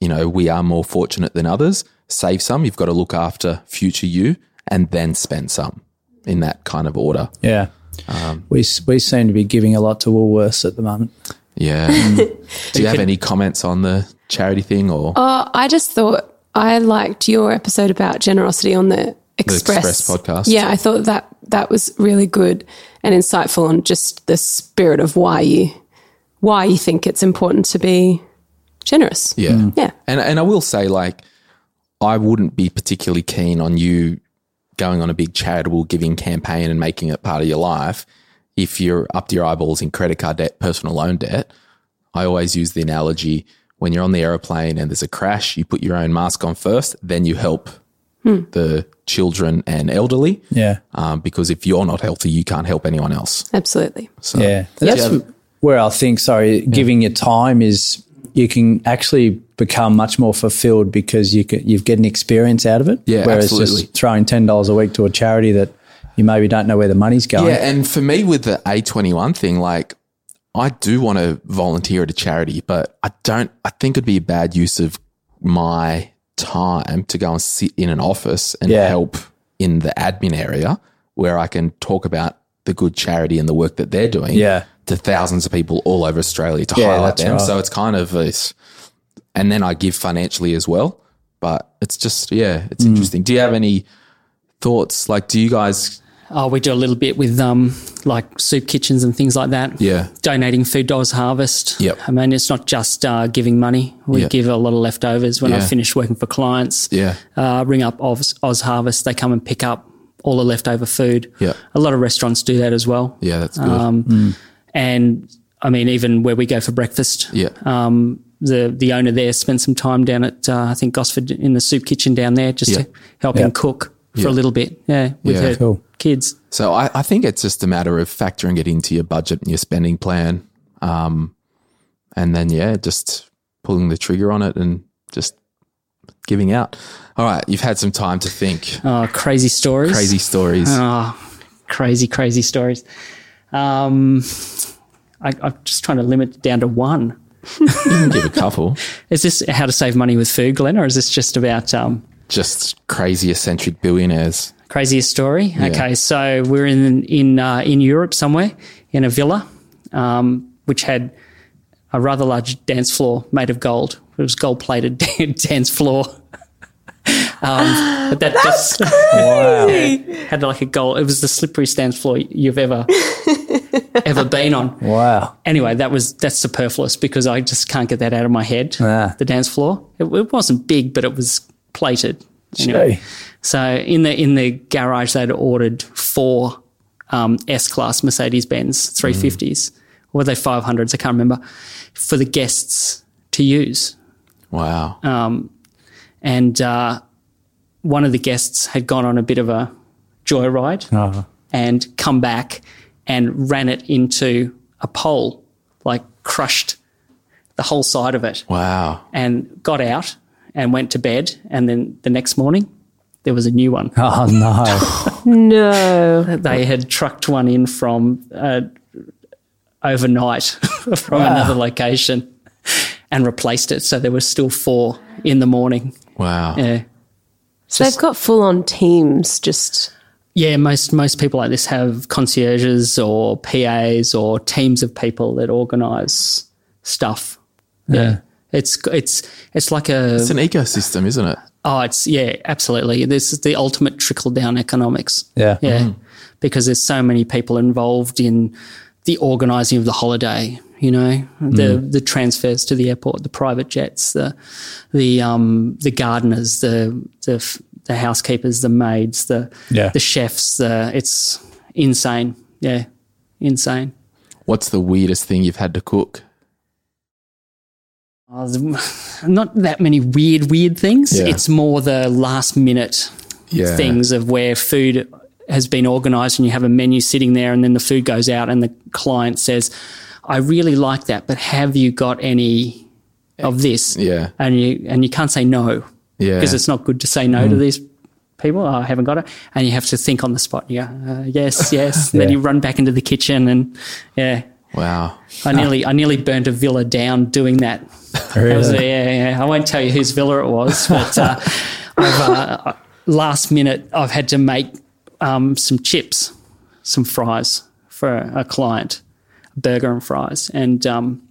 B: you know we are more fortunate than others save some you've got to look after future you and then spend some in that kind of order
C: yeah.
B: Um,
C: we s- we seem to be giving a lot to Woolworths at the moment.
B: yeah do you have any comments on the charity thing or
D: Uh, I just thought I liked your episode about generosity on the Express,
B: Express podcast.
D: Yeah, I thought that that was really good and insightful on just the spirit of why you why you think it's important to be generous.
B: yeah
D: Yeah.
B: And and I will say, like, I wouldn't be particularly keen on you going on a big charitable giving campaign and making it part of your life if you're up to your eyeballs in credit card debt, personal loan debt. I always use the analogy when you're on the aeroplane and there's a crash, you put your own mask on first, then you help the children and elderly.
C: Yeah,
B: Um, because if you're not healthy, you can't help anyone else.
D: Absolutely.
B: So
C: yeah. That's where I think. Sorry, giving your time is you can actually become much more fulfilled because you can, you've get an experience out of it.
B: Yeah,
C: whereas
B: absolutely.
C: just throwing ten dollars a week to a charity that you maybe don't know where the money's going.
B: Yeah, and for me with the A21 thing, like I do want to volunteer at a charity, but I don't I think it'd be a bad use of my time to go and sit in an office and
C: Yeah.
B: help in the admin area where I can talk about the good charity and the work that they're doing
C: Yeah.
B: to thousands of people all over Australia to
C: Yeah,
B: highlight
C: that's
B: them.
C: right.
B: So it's kind of this and then I give financially as well. But it's just yeah,
C: Hmm.
B: it's interesting. Do you have any thoughts? Like do you guys
E: Oh, we do a little bit with um, like soup kitchens and things like that.
B: Yeah.
E: Donating food dollars harvest.
B: Yep.
E: I mean, it's not just uh, giving money. We
B: Yeah.
E: give a lot of leftovers when I
B: Yeah.
E: finish working for clients.
B: Yeah.
E: Uh, ring up Oz, Oz Harvest. They come and pick up all the leftover food.
B: Yeah.
E: A lot of restaurants do that as well.
B: Yeah, that's good.
E: Um, And I mean, even where we go for breakfast,
B: Yeah.
E: um, the the owner there spent some time down at uh, I think Gosford in the soup kitchen down there just
B: Yeah.
E: to help him cook for a little bit. Yeah, with
B: Yeah.
E: her
C: Cool.
E: kids.
B: So I, I think it's just a matter of factoring it into your budget and your spending plan. Um, and then, yeah, just pulling the trigger on it and just giving out. All right. You've had some time to think.
E: Oh, crazy stories.
B: Crazy stories.
E: Oh, crazy, crazy stories. Um, I, I'm just trying to limit it down to one.
B: can give a couple.
E: Is this how to save money with food, Glenn, or is this just about um,
B: Just crazy eccentric billionaires.
E: craziest story? Okay, so we're in in uh, in Europe somewhere in a villa, um, which had a rather large dance floor made of gold. It was gold plated dance floor. Um, but that just had like a gold. It was the slipperiest dance floor you've ever ever been on.
C: Wow.
E: anyway, that was that's superfluous because I just can't get that out of my head.
C: Ah.
E: The dance floor. It, it wasn't big, but it was plated. Anyway,
C: Gee.
E: so in the in the garage, they'd ordered four um, S class Mercedes Benz 350s,
C: Mm.
E: or were they 500s? I can't remember. For the guests to use, Um,
B: Wow.
E: Oh. and uh, one of the guests had gone on a bit of a joyride
C: Ah.
B: Uh-huh.
E: and come back and ran it into a pole, like crushed the whole side of it,
B: wow.
E: and got out and went to bed. And then the next morning, there was a new one.
C: Oh no.
D: No.
E: They had trucked one in from uh, overnight from another location and replaced it. So there were still four in the morning.
B: Wow.
E: Yeah.
D: So they've got full on teams just.
E: Yeah, most most people like this have concierges or PAs or teams of people that organise stuff. Yeah. It's it's it's like a
B: It's an ecosystem, isn't it?
E: oh it's yeah absolutely this is the ultimate trickle down economics
C: Yeah.
E: yeah because there's so many people involved in the organising of the holiday you know the the transfers to the airport the private jets the the um the gardeners the the f- the housekeepers the maids the
C: Yeah.
E: the chefs the it's insane yeah insane
B: What's the weirdest thing you've had to cook?
E: Oh, the- not that many weird weird things
B: Yeah.
E: it's more the last minute
B: Yeah.
E: things of where food has been organized and you have a menu sitting there and then the food goes out and the client says i really like that but have you got any of this
B: Eh, Yeah.
E: and you and you can't say no
B: Yeah. Mm.
E: because it's not good to say no to these people oh, i haven't got it and you have to think on the spot you go uh, yes yes and then you run back into the kitchen and yeah
B: Wow.
E: I nearly, I nearly burnt a villa down doing that. That was- yeah, yeah. I won't tell you whose villa it was, but uh, I've, uh, last minute I've had to make um, some chips, some fries for a client, a burger and fries, and um,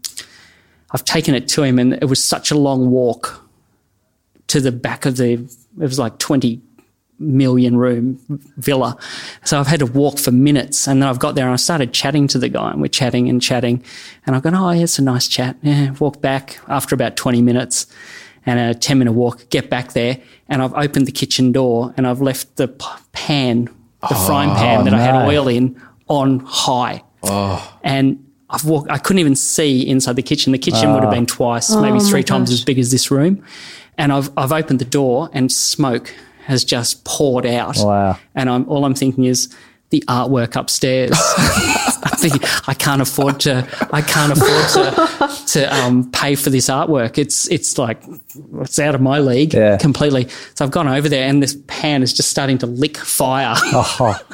E: I've taken it to him, and it was such a long walk to the back of the. It was like twenty million room villa. So I've had to walk for minutes. And then I've got there and I started chatting to the guy and we're chatting and chatting. And I've gone, oh, yeah, it's a nice chat. Yeah, walk back after about 20 minutes and a 10 minute walk, get back there. And I've opened the kitchen door and I've left the p- pan, the frying pan that I had
C: no.
E: oil in on high. And I've walked, I couldn't even see inside the kitchen. The kitchen
C: Ah.
E: would have been twice, maybe three times as big as this room. And I've, I've opened the door and smoke has just poured out.
C: Wow.
E: And I'm, all I'm thinking is the artwork upstairs. I'm thinking, I can't afford to, I can't afford to, to um, pay for this artwork. It's, it's like, it's out of my league
C: Yeah.
E: completely. So I've gone over there and this pan is just starting to lick fire. I'm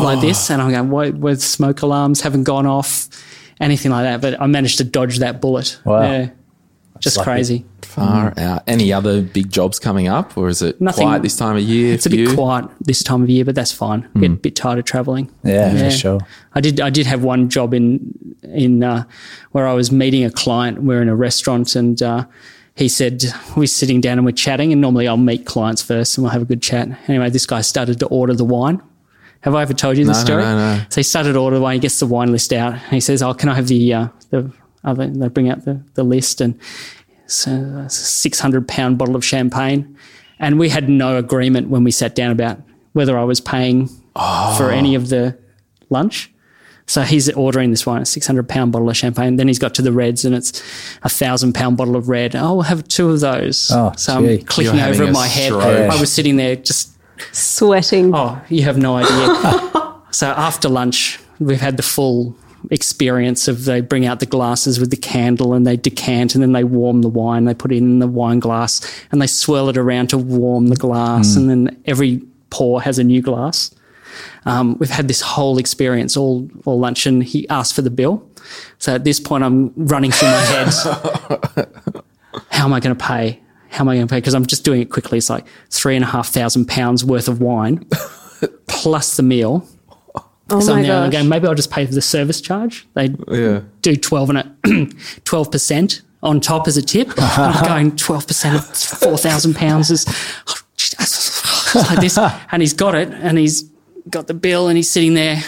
C: Ah.
E: like this, and I'm going, what, where the smoke alarms haven't gone off, anything like that. But I managed to dodge that bullet.
C: Wow.
E: Just
C: lucky.
E: crazy.
B: Far out. Any other big jobs coming up, or is it
E: Nothing-
B: quiet this time of year?
E: It's a
B: for
E: bit
B: you?
E: quiet this time of year, but that's fine. Get a bit tired of traveling.
C: Hmm. Yeah, for sure.
E: I did. I did have one job in in uh, where I was meeting a client. We're in a restaurant, and uh, he said we're sitting down and we're chatting. And normally I'll meet clients first, and we'll have a good chat. Anyway, this guy started to order the wine. Have I ever told you this
B: no,
E: story?
B: no, no.
E: So he started to order the wine. He gets the wine list out, and he says, "Oh, can I have the uh, the other?" And they bring out the the list, and so six hundred pound bottle of champagne. And we had no agreement when we sat down about whether I was paying for
B: Oh.
E: any of the lunch. So he's ordering this wine, a 600 pound bottle of champagne. Then he's got to the reds and it's a thousand pound bottle of red. Oh, we'll have two of those.
C: Oh,
E: so
C: gee.
E: I'm clicking
B: You're
E: over
B: having a
E: in my head.
B: stroke.
E: I was sitting there just
D: Sweating.
E: Oh, you have no idea. so after lunch, we've had the full experience of they bring out the glasses with the candle and they decant and then they warm the wine. They put it in the wine glass and they swirl it around to warm the glass and then every pour has a new glass. Um, we've had this whole experience all, all lunch, and he asked for the bill. So at this point, I'm running through my head how am I going to pay? How am I going to pay? Because I'm just doing it quickly. It's like three and a half thousand pounds worth of wine plus the meal.
D: Oh
E: So
D: my
E: I'm there and I'm
D: gosh.
E: going, maybe I'll just pay for the service charge. They
B: Yeah.
E: do 12 and a 12% on top as a tip. And I'm going 12% of 4,000 pounds is oh, like this. And he's got it and he's got the bill and he's sitting there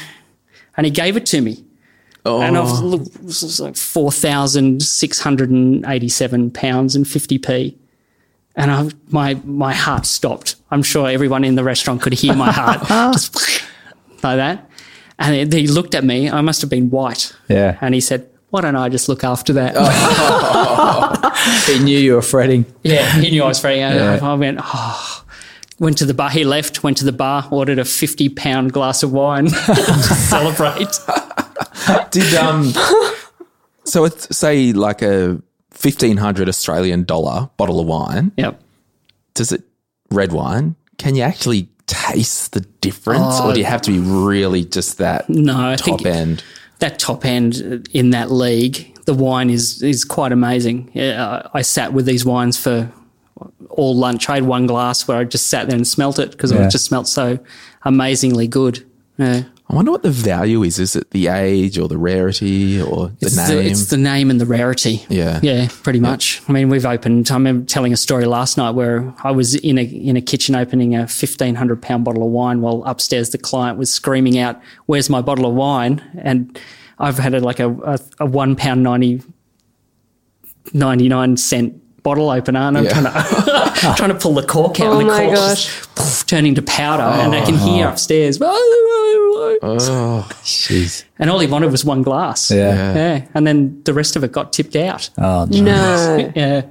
E: and he gave it to me. Oh. And I've looked, it was like 4,687 pounds and 50p. And I, my, my heart stopped. I'm sure everyone in the restaurant could hear my heart just like that. And he he looked at me. I must have been white.
C: Yeah.
E: And he said, Why don't I just look after that?
C: He knew you were fretting.
E: Yeah, he knew I was very. I, I went, oh. Went to the bar. He left. Went to the bar. Ordered a fifty-pound glass of wine to celebrate.
B: Did um so it's say like a fifteen hundred Australian dollar bottle of wine.
E: Yep.
B: Does it red wine? Can you actually taste the difference, or do you have to be really just that
E: No, I
B: top
E: think
B: end?
E: that top end in that league, the wine is is quite amazing. Yeah, I I sat with these wines for all lunch. I had one glass where I just sat there and smelt it because
C: Yeah.
E: it just smelt so amazingly good. Yeah.
B: I wonder what the value is. Is it the age or the rarity or the
E: It's
B: name?
E: it's the name and the rarity.
B: Yeah.
E: Yeah, pretty much. I mean, we've opened. I remember telling a story last night where I was in a in a kitchen opening a fifteen hundred pound bottle of wine, while upstairs the client was screaming out, "Where's my bottle of wine?" And I've had a, like a a, a one pound ninety 99 cent bottle opener and I'm
B: Yeah.
E: trying, to, trying to pull the cork out
D: Oh
E: and the
D: my
E: cork
D: gosh.
E: just poof, turning to powder and I can hear upstairs "Oh, and
B: oh, jeez.
E: all he wanted was one glass
C: Yeah.
E: yeah, and then the rest of it got tipped out.
C: Oh, no.
D: No.
E: Yeah.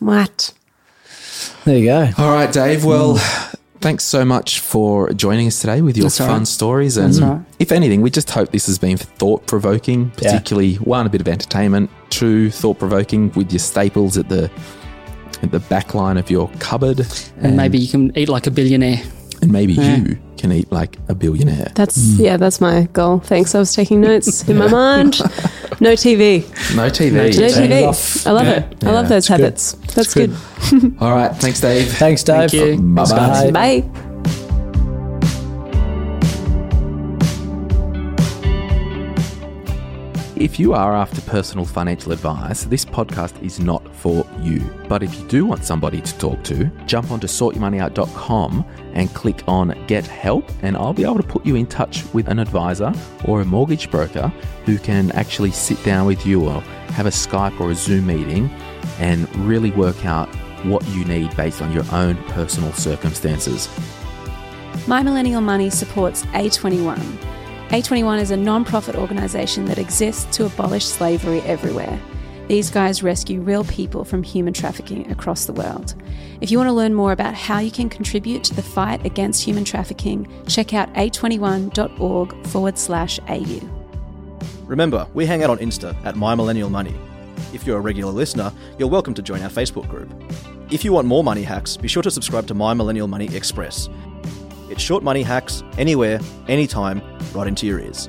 D: What?
C: There you go.
B: All right, Dave. Well, thanks so much for joining us today with your
E: Hmm. That's all
B: fun
E: right.
B: stories. And if anything, we just hope this has been thought provoking, particularly one, a bit of entertainment, two, thought provoking with your staples at the at the back line of your cupboard.
E: And maybe you can eat like a billionaire.
B: And maybe you can eat like a billionaire.
D: That's yeah. That's my goal. Thanks. I was taking notes in my mind. No TV.
B: No TV.
D: No
C: Turn it
D: TV.
C: off.
D: I love it. I love those habits. That's good.
B: All right. Thanks, Dave.
C: Thanks, Dave.
E: you.
B: Bye-bye.
C: Bye.
D: Bye.
B: If you are after personal financial advice, this podcast is not for you. But if you do want somebody to talk to, jump onto sortyourmoneyout.com and click on Get Help, and I'll be able to put you in touch with an advisor or a mortgage broker who can actually sit down with you or have a Skype or a Zoom meeting and really work out what you need based on your own personal circumstances.
F: My Millennial Money supports A21. A21 is a non profit organisation that exists to abolish slavery everywhere. These guys rescue real people from human trafficking across the world. If you want to learn more about how you can contribute to the fight against human trafficking, check out a21.org forward slash au.
G: Remember, we hang out on Insta at My Millennial Money. If you're a regular listener, you're welcome to join our Facebook group. If you want more money hacks, be sure to subscribe to My Millennial Money Express. It's short money hacks anywhere, anytime, right into your ears.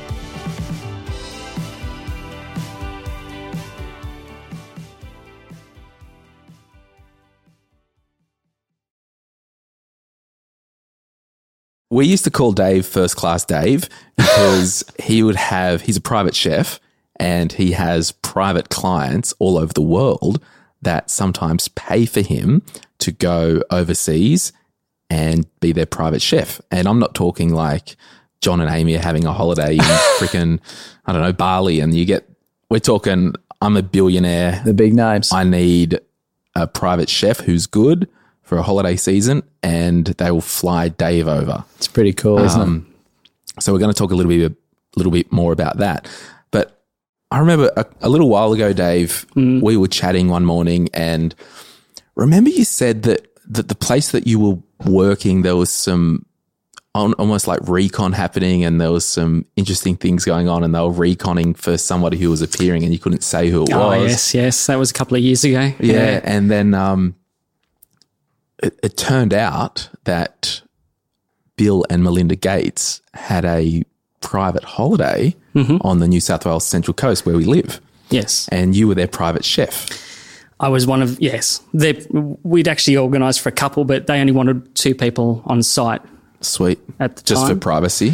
B: We used to call Dave First Class Dave because he would have, he's a private chef and he has private clients all over the world that sometimes pay for him to go overseas and be their private chef. And I'm not talking like John and Amy are having a holiday in freaking, I don't know, Bali. And you get, we're talking, I'm a billionaire.
C: The big names.
B: I need a private chef who's good for a holiday season and they will fly Dave over. Um,
C: It's pretty cool, isn't it?
B: So we're going to talk a little bit little bit more about that. But I remember a, a little while ago, Dave,
E: Mm.
B: we were chatting one morning, and remember you said that that the place that you were working there was some on, almost like recon happening, and there was some interesting things going on, and they were reconning for somebody who was appearing, and you couldn't say who it
E: Oh,
B: was.
E: yes, yes. That was a couple of years ago.
B: Yeah. And then um, it, it turned out that Bill and Melinda Gates had a private holiday
E: Mm-hmm.
B: on the New South Wales Central Coast where we live.
E: Yes.
B: And you were their private chef.
E: I was one of, yes. They, we'd actually organised for a couple, but they only wanted two people on site.
B: Sweet.
E: At the
B: Just
E: time.
B: for privacy.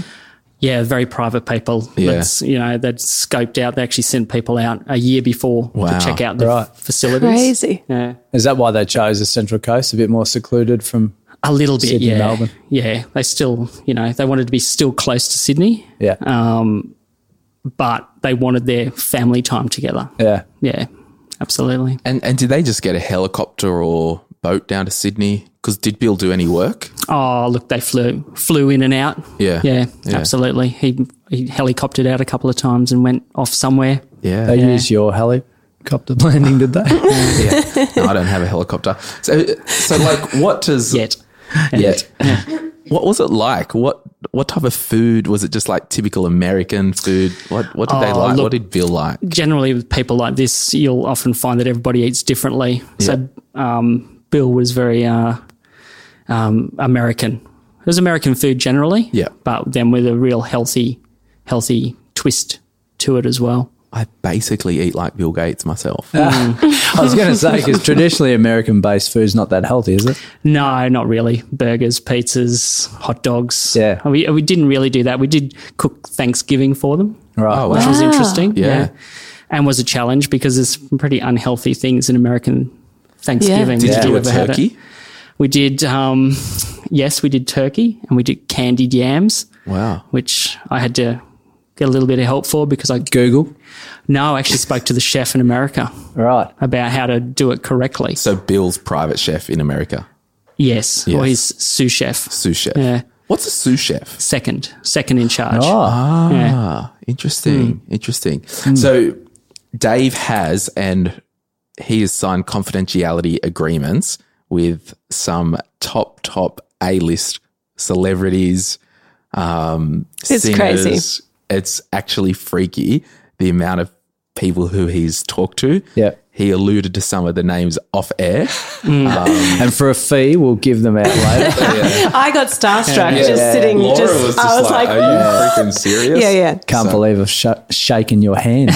E: Yeah, very private people.
B: Yeah.
E: That's, you know, that scoped out. They actually sent people out a year before
B: Wow.
E: to check out the
C: Right.
E: f- facilities.
D: Crazy.
E: Yeah.
C: Is that why they chose the Central Coast? A bit more secluded from.
E: A little bit,
C: Sydney,
E: yeah.
C: Melbourne.
E: Yeah. They still, you know, they wanted to be still close to Sydney,
C: Yeah.
B: Oh.
E: but they wanted their family time together.
C: yeah.
E: Yeah, absolutely.
B: And and did they just get a helicopter or boat down to Sydney? Because did Bill do any work?
E: Oh, look, they flew flew in and out.
B: Yeah.
E: Yeah,
B: Yeah.
E: absolutely. He he helicoptered out a couple of times and went off somewhere.
B: Yeah.
C: They used your helicopter landing, did they?
B: no, I don't have a helicopter. So so like what does
E: Yet.
B: yet. What was it like? What what type of food was it? Just like typical American food. What what did they
E: Oh,
B: like?
E: look-
B: what did Bill like?
E: Generally, with people like this, you'll often find that everybody eats differently. So, um, Bill was very uh, um, American. It was American food generally,
B: Yeah.
E: but then with a real healthy, healthy twist to it as well.
B: I basically eat like Bill Gates myself.
C: I was going to say because traditionally American-based food's not that healthy, is it?
E: No, not really. Burgers, pizzas, hot dogs.
C: Yeah.
E: And we, we didn't really do that. We did cook Thanksgiving for them,
C: Right.
B: Oh,
E: which
B: wow.
E: was interesting.
B: Yeah.
E: And was a challenge because there's some pretty unhealthy things in American Thanksgiving.
B: Did
E: if
B: you do a
E: ever had it.
B: turkey?
E: We did, um, yes, we did turkey and we did candied yams,
B: Wow.
E: which I had to get a little bit of help for because I,
C: Google.
E: no, I actually spoke to the chef in America
C: Right.
E: about how to do it correctly.
B: So Bill's private chef in America,
E: Yes. Or his
B: Yes.
E: sous chef.
B: sous chef.
E: Yeah.
B: What's a sous chef?
E: Second, second in charge.
C: Oh,
B: Ah, interesting,
D: Hmm.
B: interesting. So Dave has, and he has signed confidentiality agreements with some top, top A list celebrities. Um,
D: It's
B: singers.
D: crazy.
B: It's actually freaky the amount of people who he's talked to.
C: Yeah.
B: He alluded to some of the names off air.
D: Hmm.
B: Um,
C: and for a fee, we'll give them out later.
D: I got starstruck just sitting.
B: Laura
D: just,
B: was just
D: I was
B: like, Are
D: like,
B: you freaking serious?
D: yeah, yeah.
C: Can't believe I've sh- shaken your hand.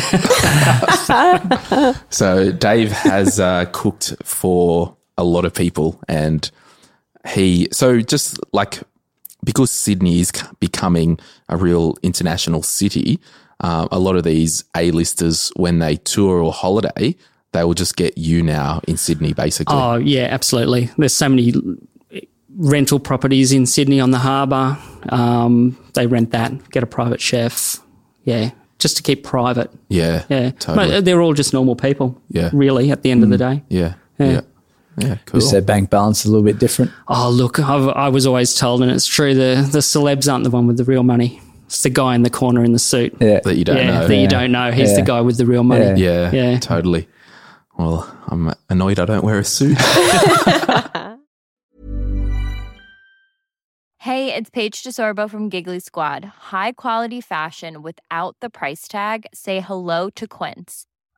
B: So Dave has uh, cooked for a lot of people, and he so just like because Sydney is c- becoming a real international city, uh, a lot of these A-listers when they tour or holiday, they will just get you now in Sydney, basically.
E: Oh yeah, absolutely. There's so many rental properties in Sydney on the harbour. Um, they rent that, get a private chef. Yeah, just to keep private.
B: yeah,
E: Yeah, uh,
B: totally.
E: But they're all just normal people.
B: Yeah. Mm.
E: really. At the end of the day.
B: yeah, yeah, yeah. Cool.
C: Just their bank balance is a little bit different.
E: Oh look, I've, I was always told, and it's true. The the celebs aren't the one with the real money. It's the guy in the corner in the suit.
C: Yeah.
B: that you don't
E: yeah,
B: know.
E: that you don't know. He's the
C: Yeah.
E: guy with the real money.
B: Yeah,
E: Yeah.
B: totally. Well, I'm annoyed I don't wear a suit.
H: Hey, it's Paige DeSorbo from Giggly Squad. High quality fashion without the price tag. Say hello to Quince.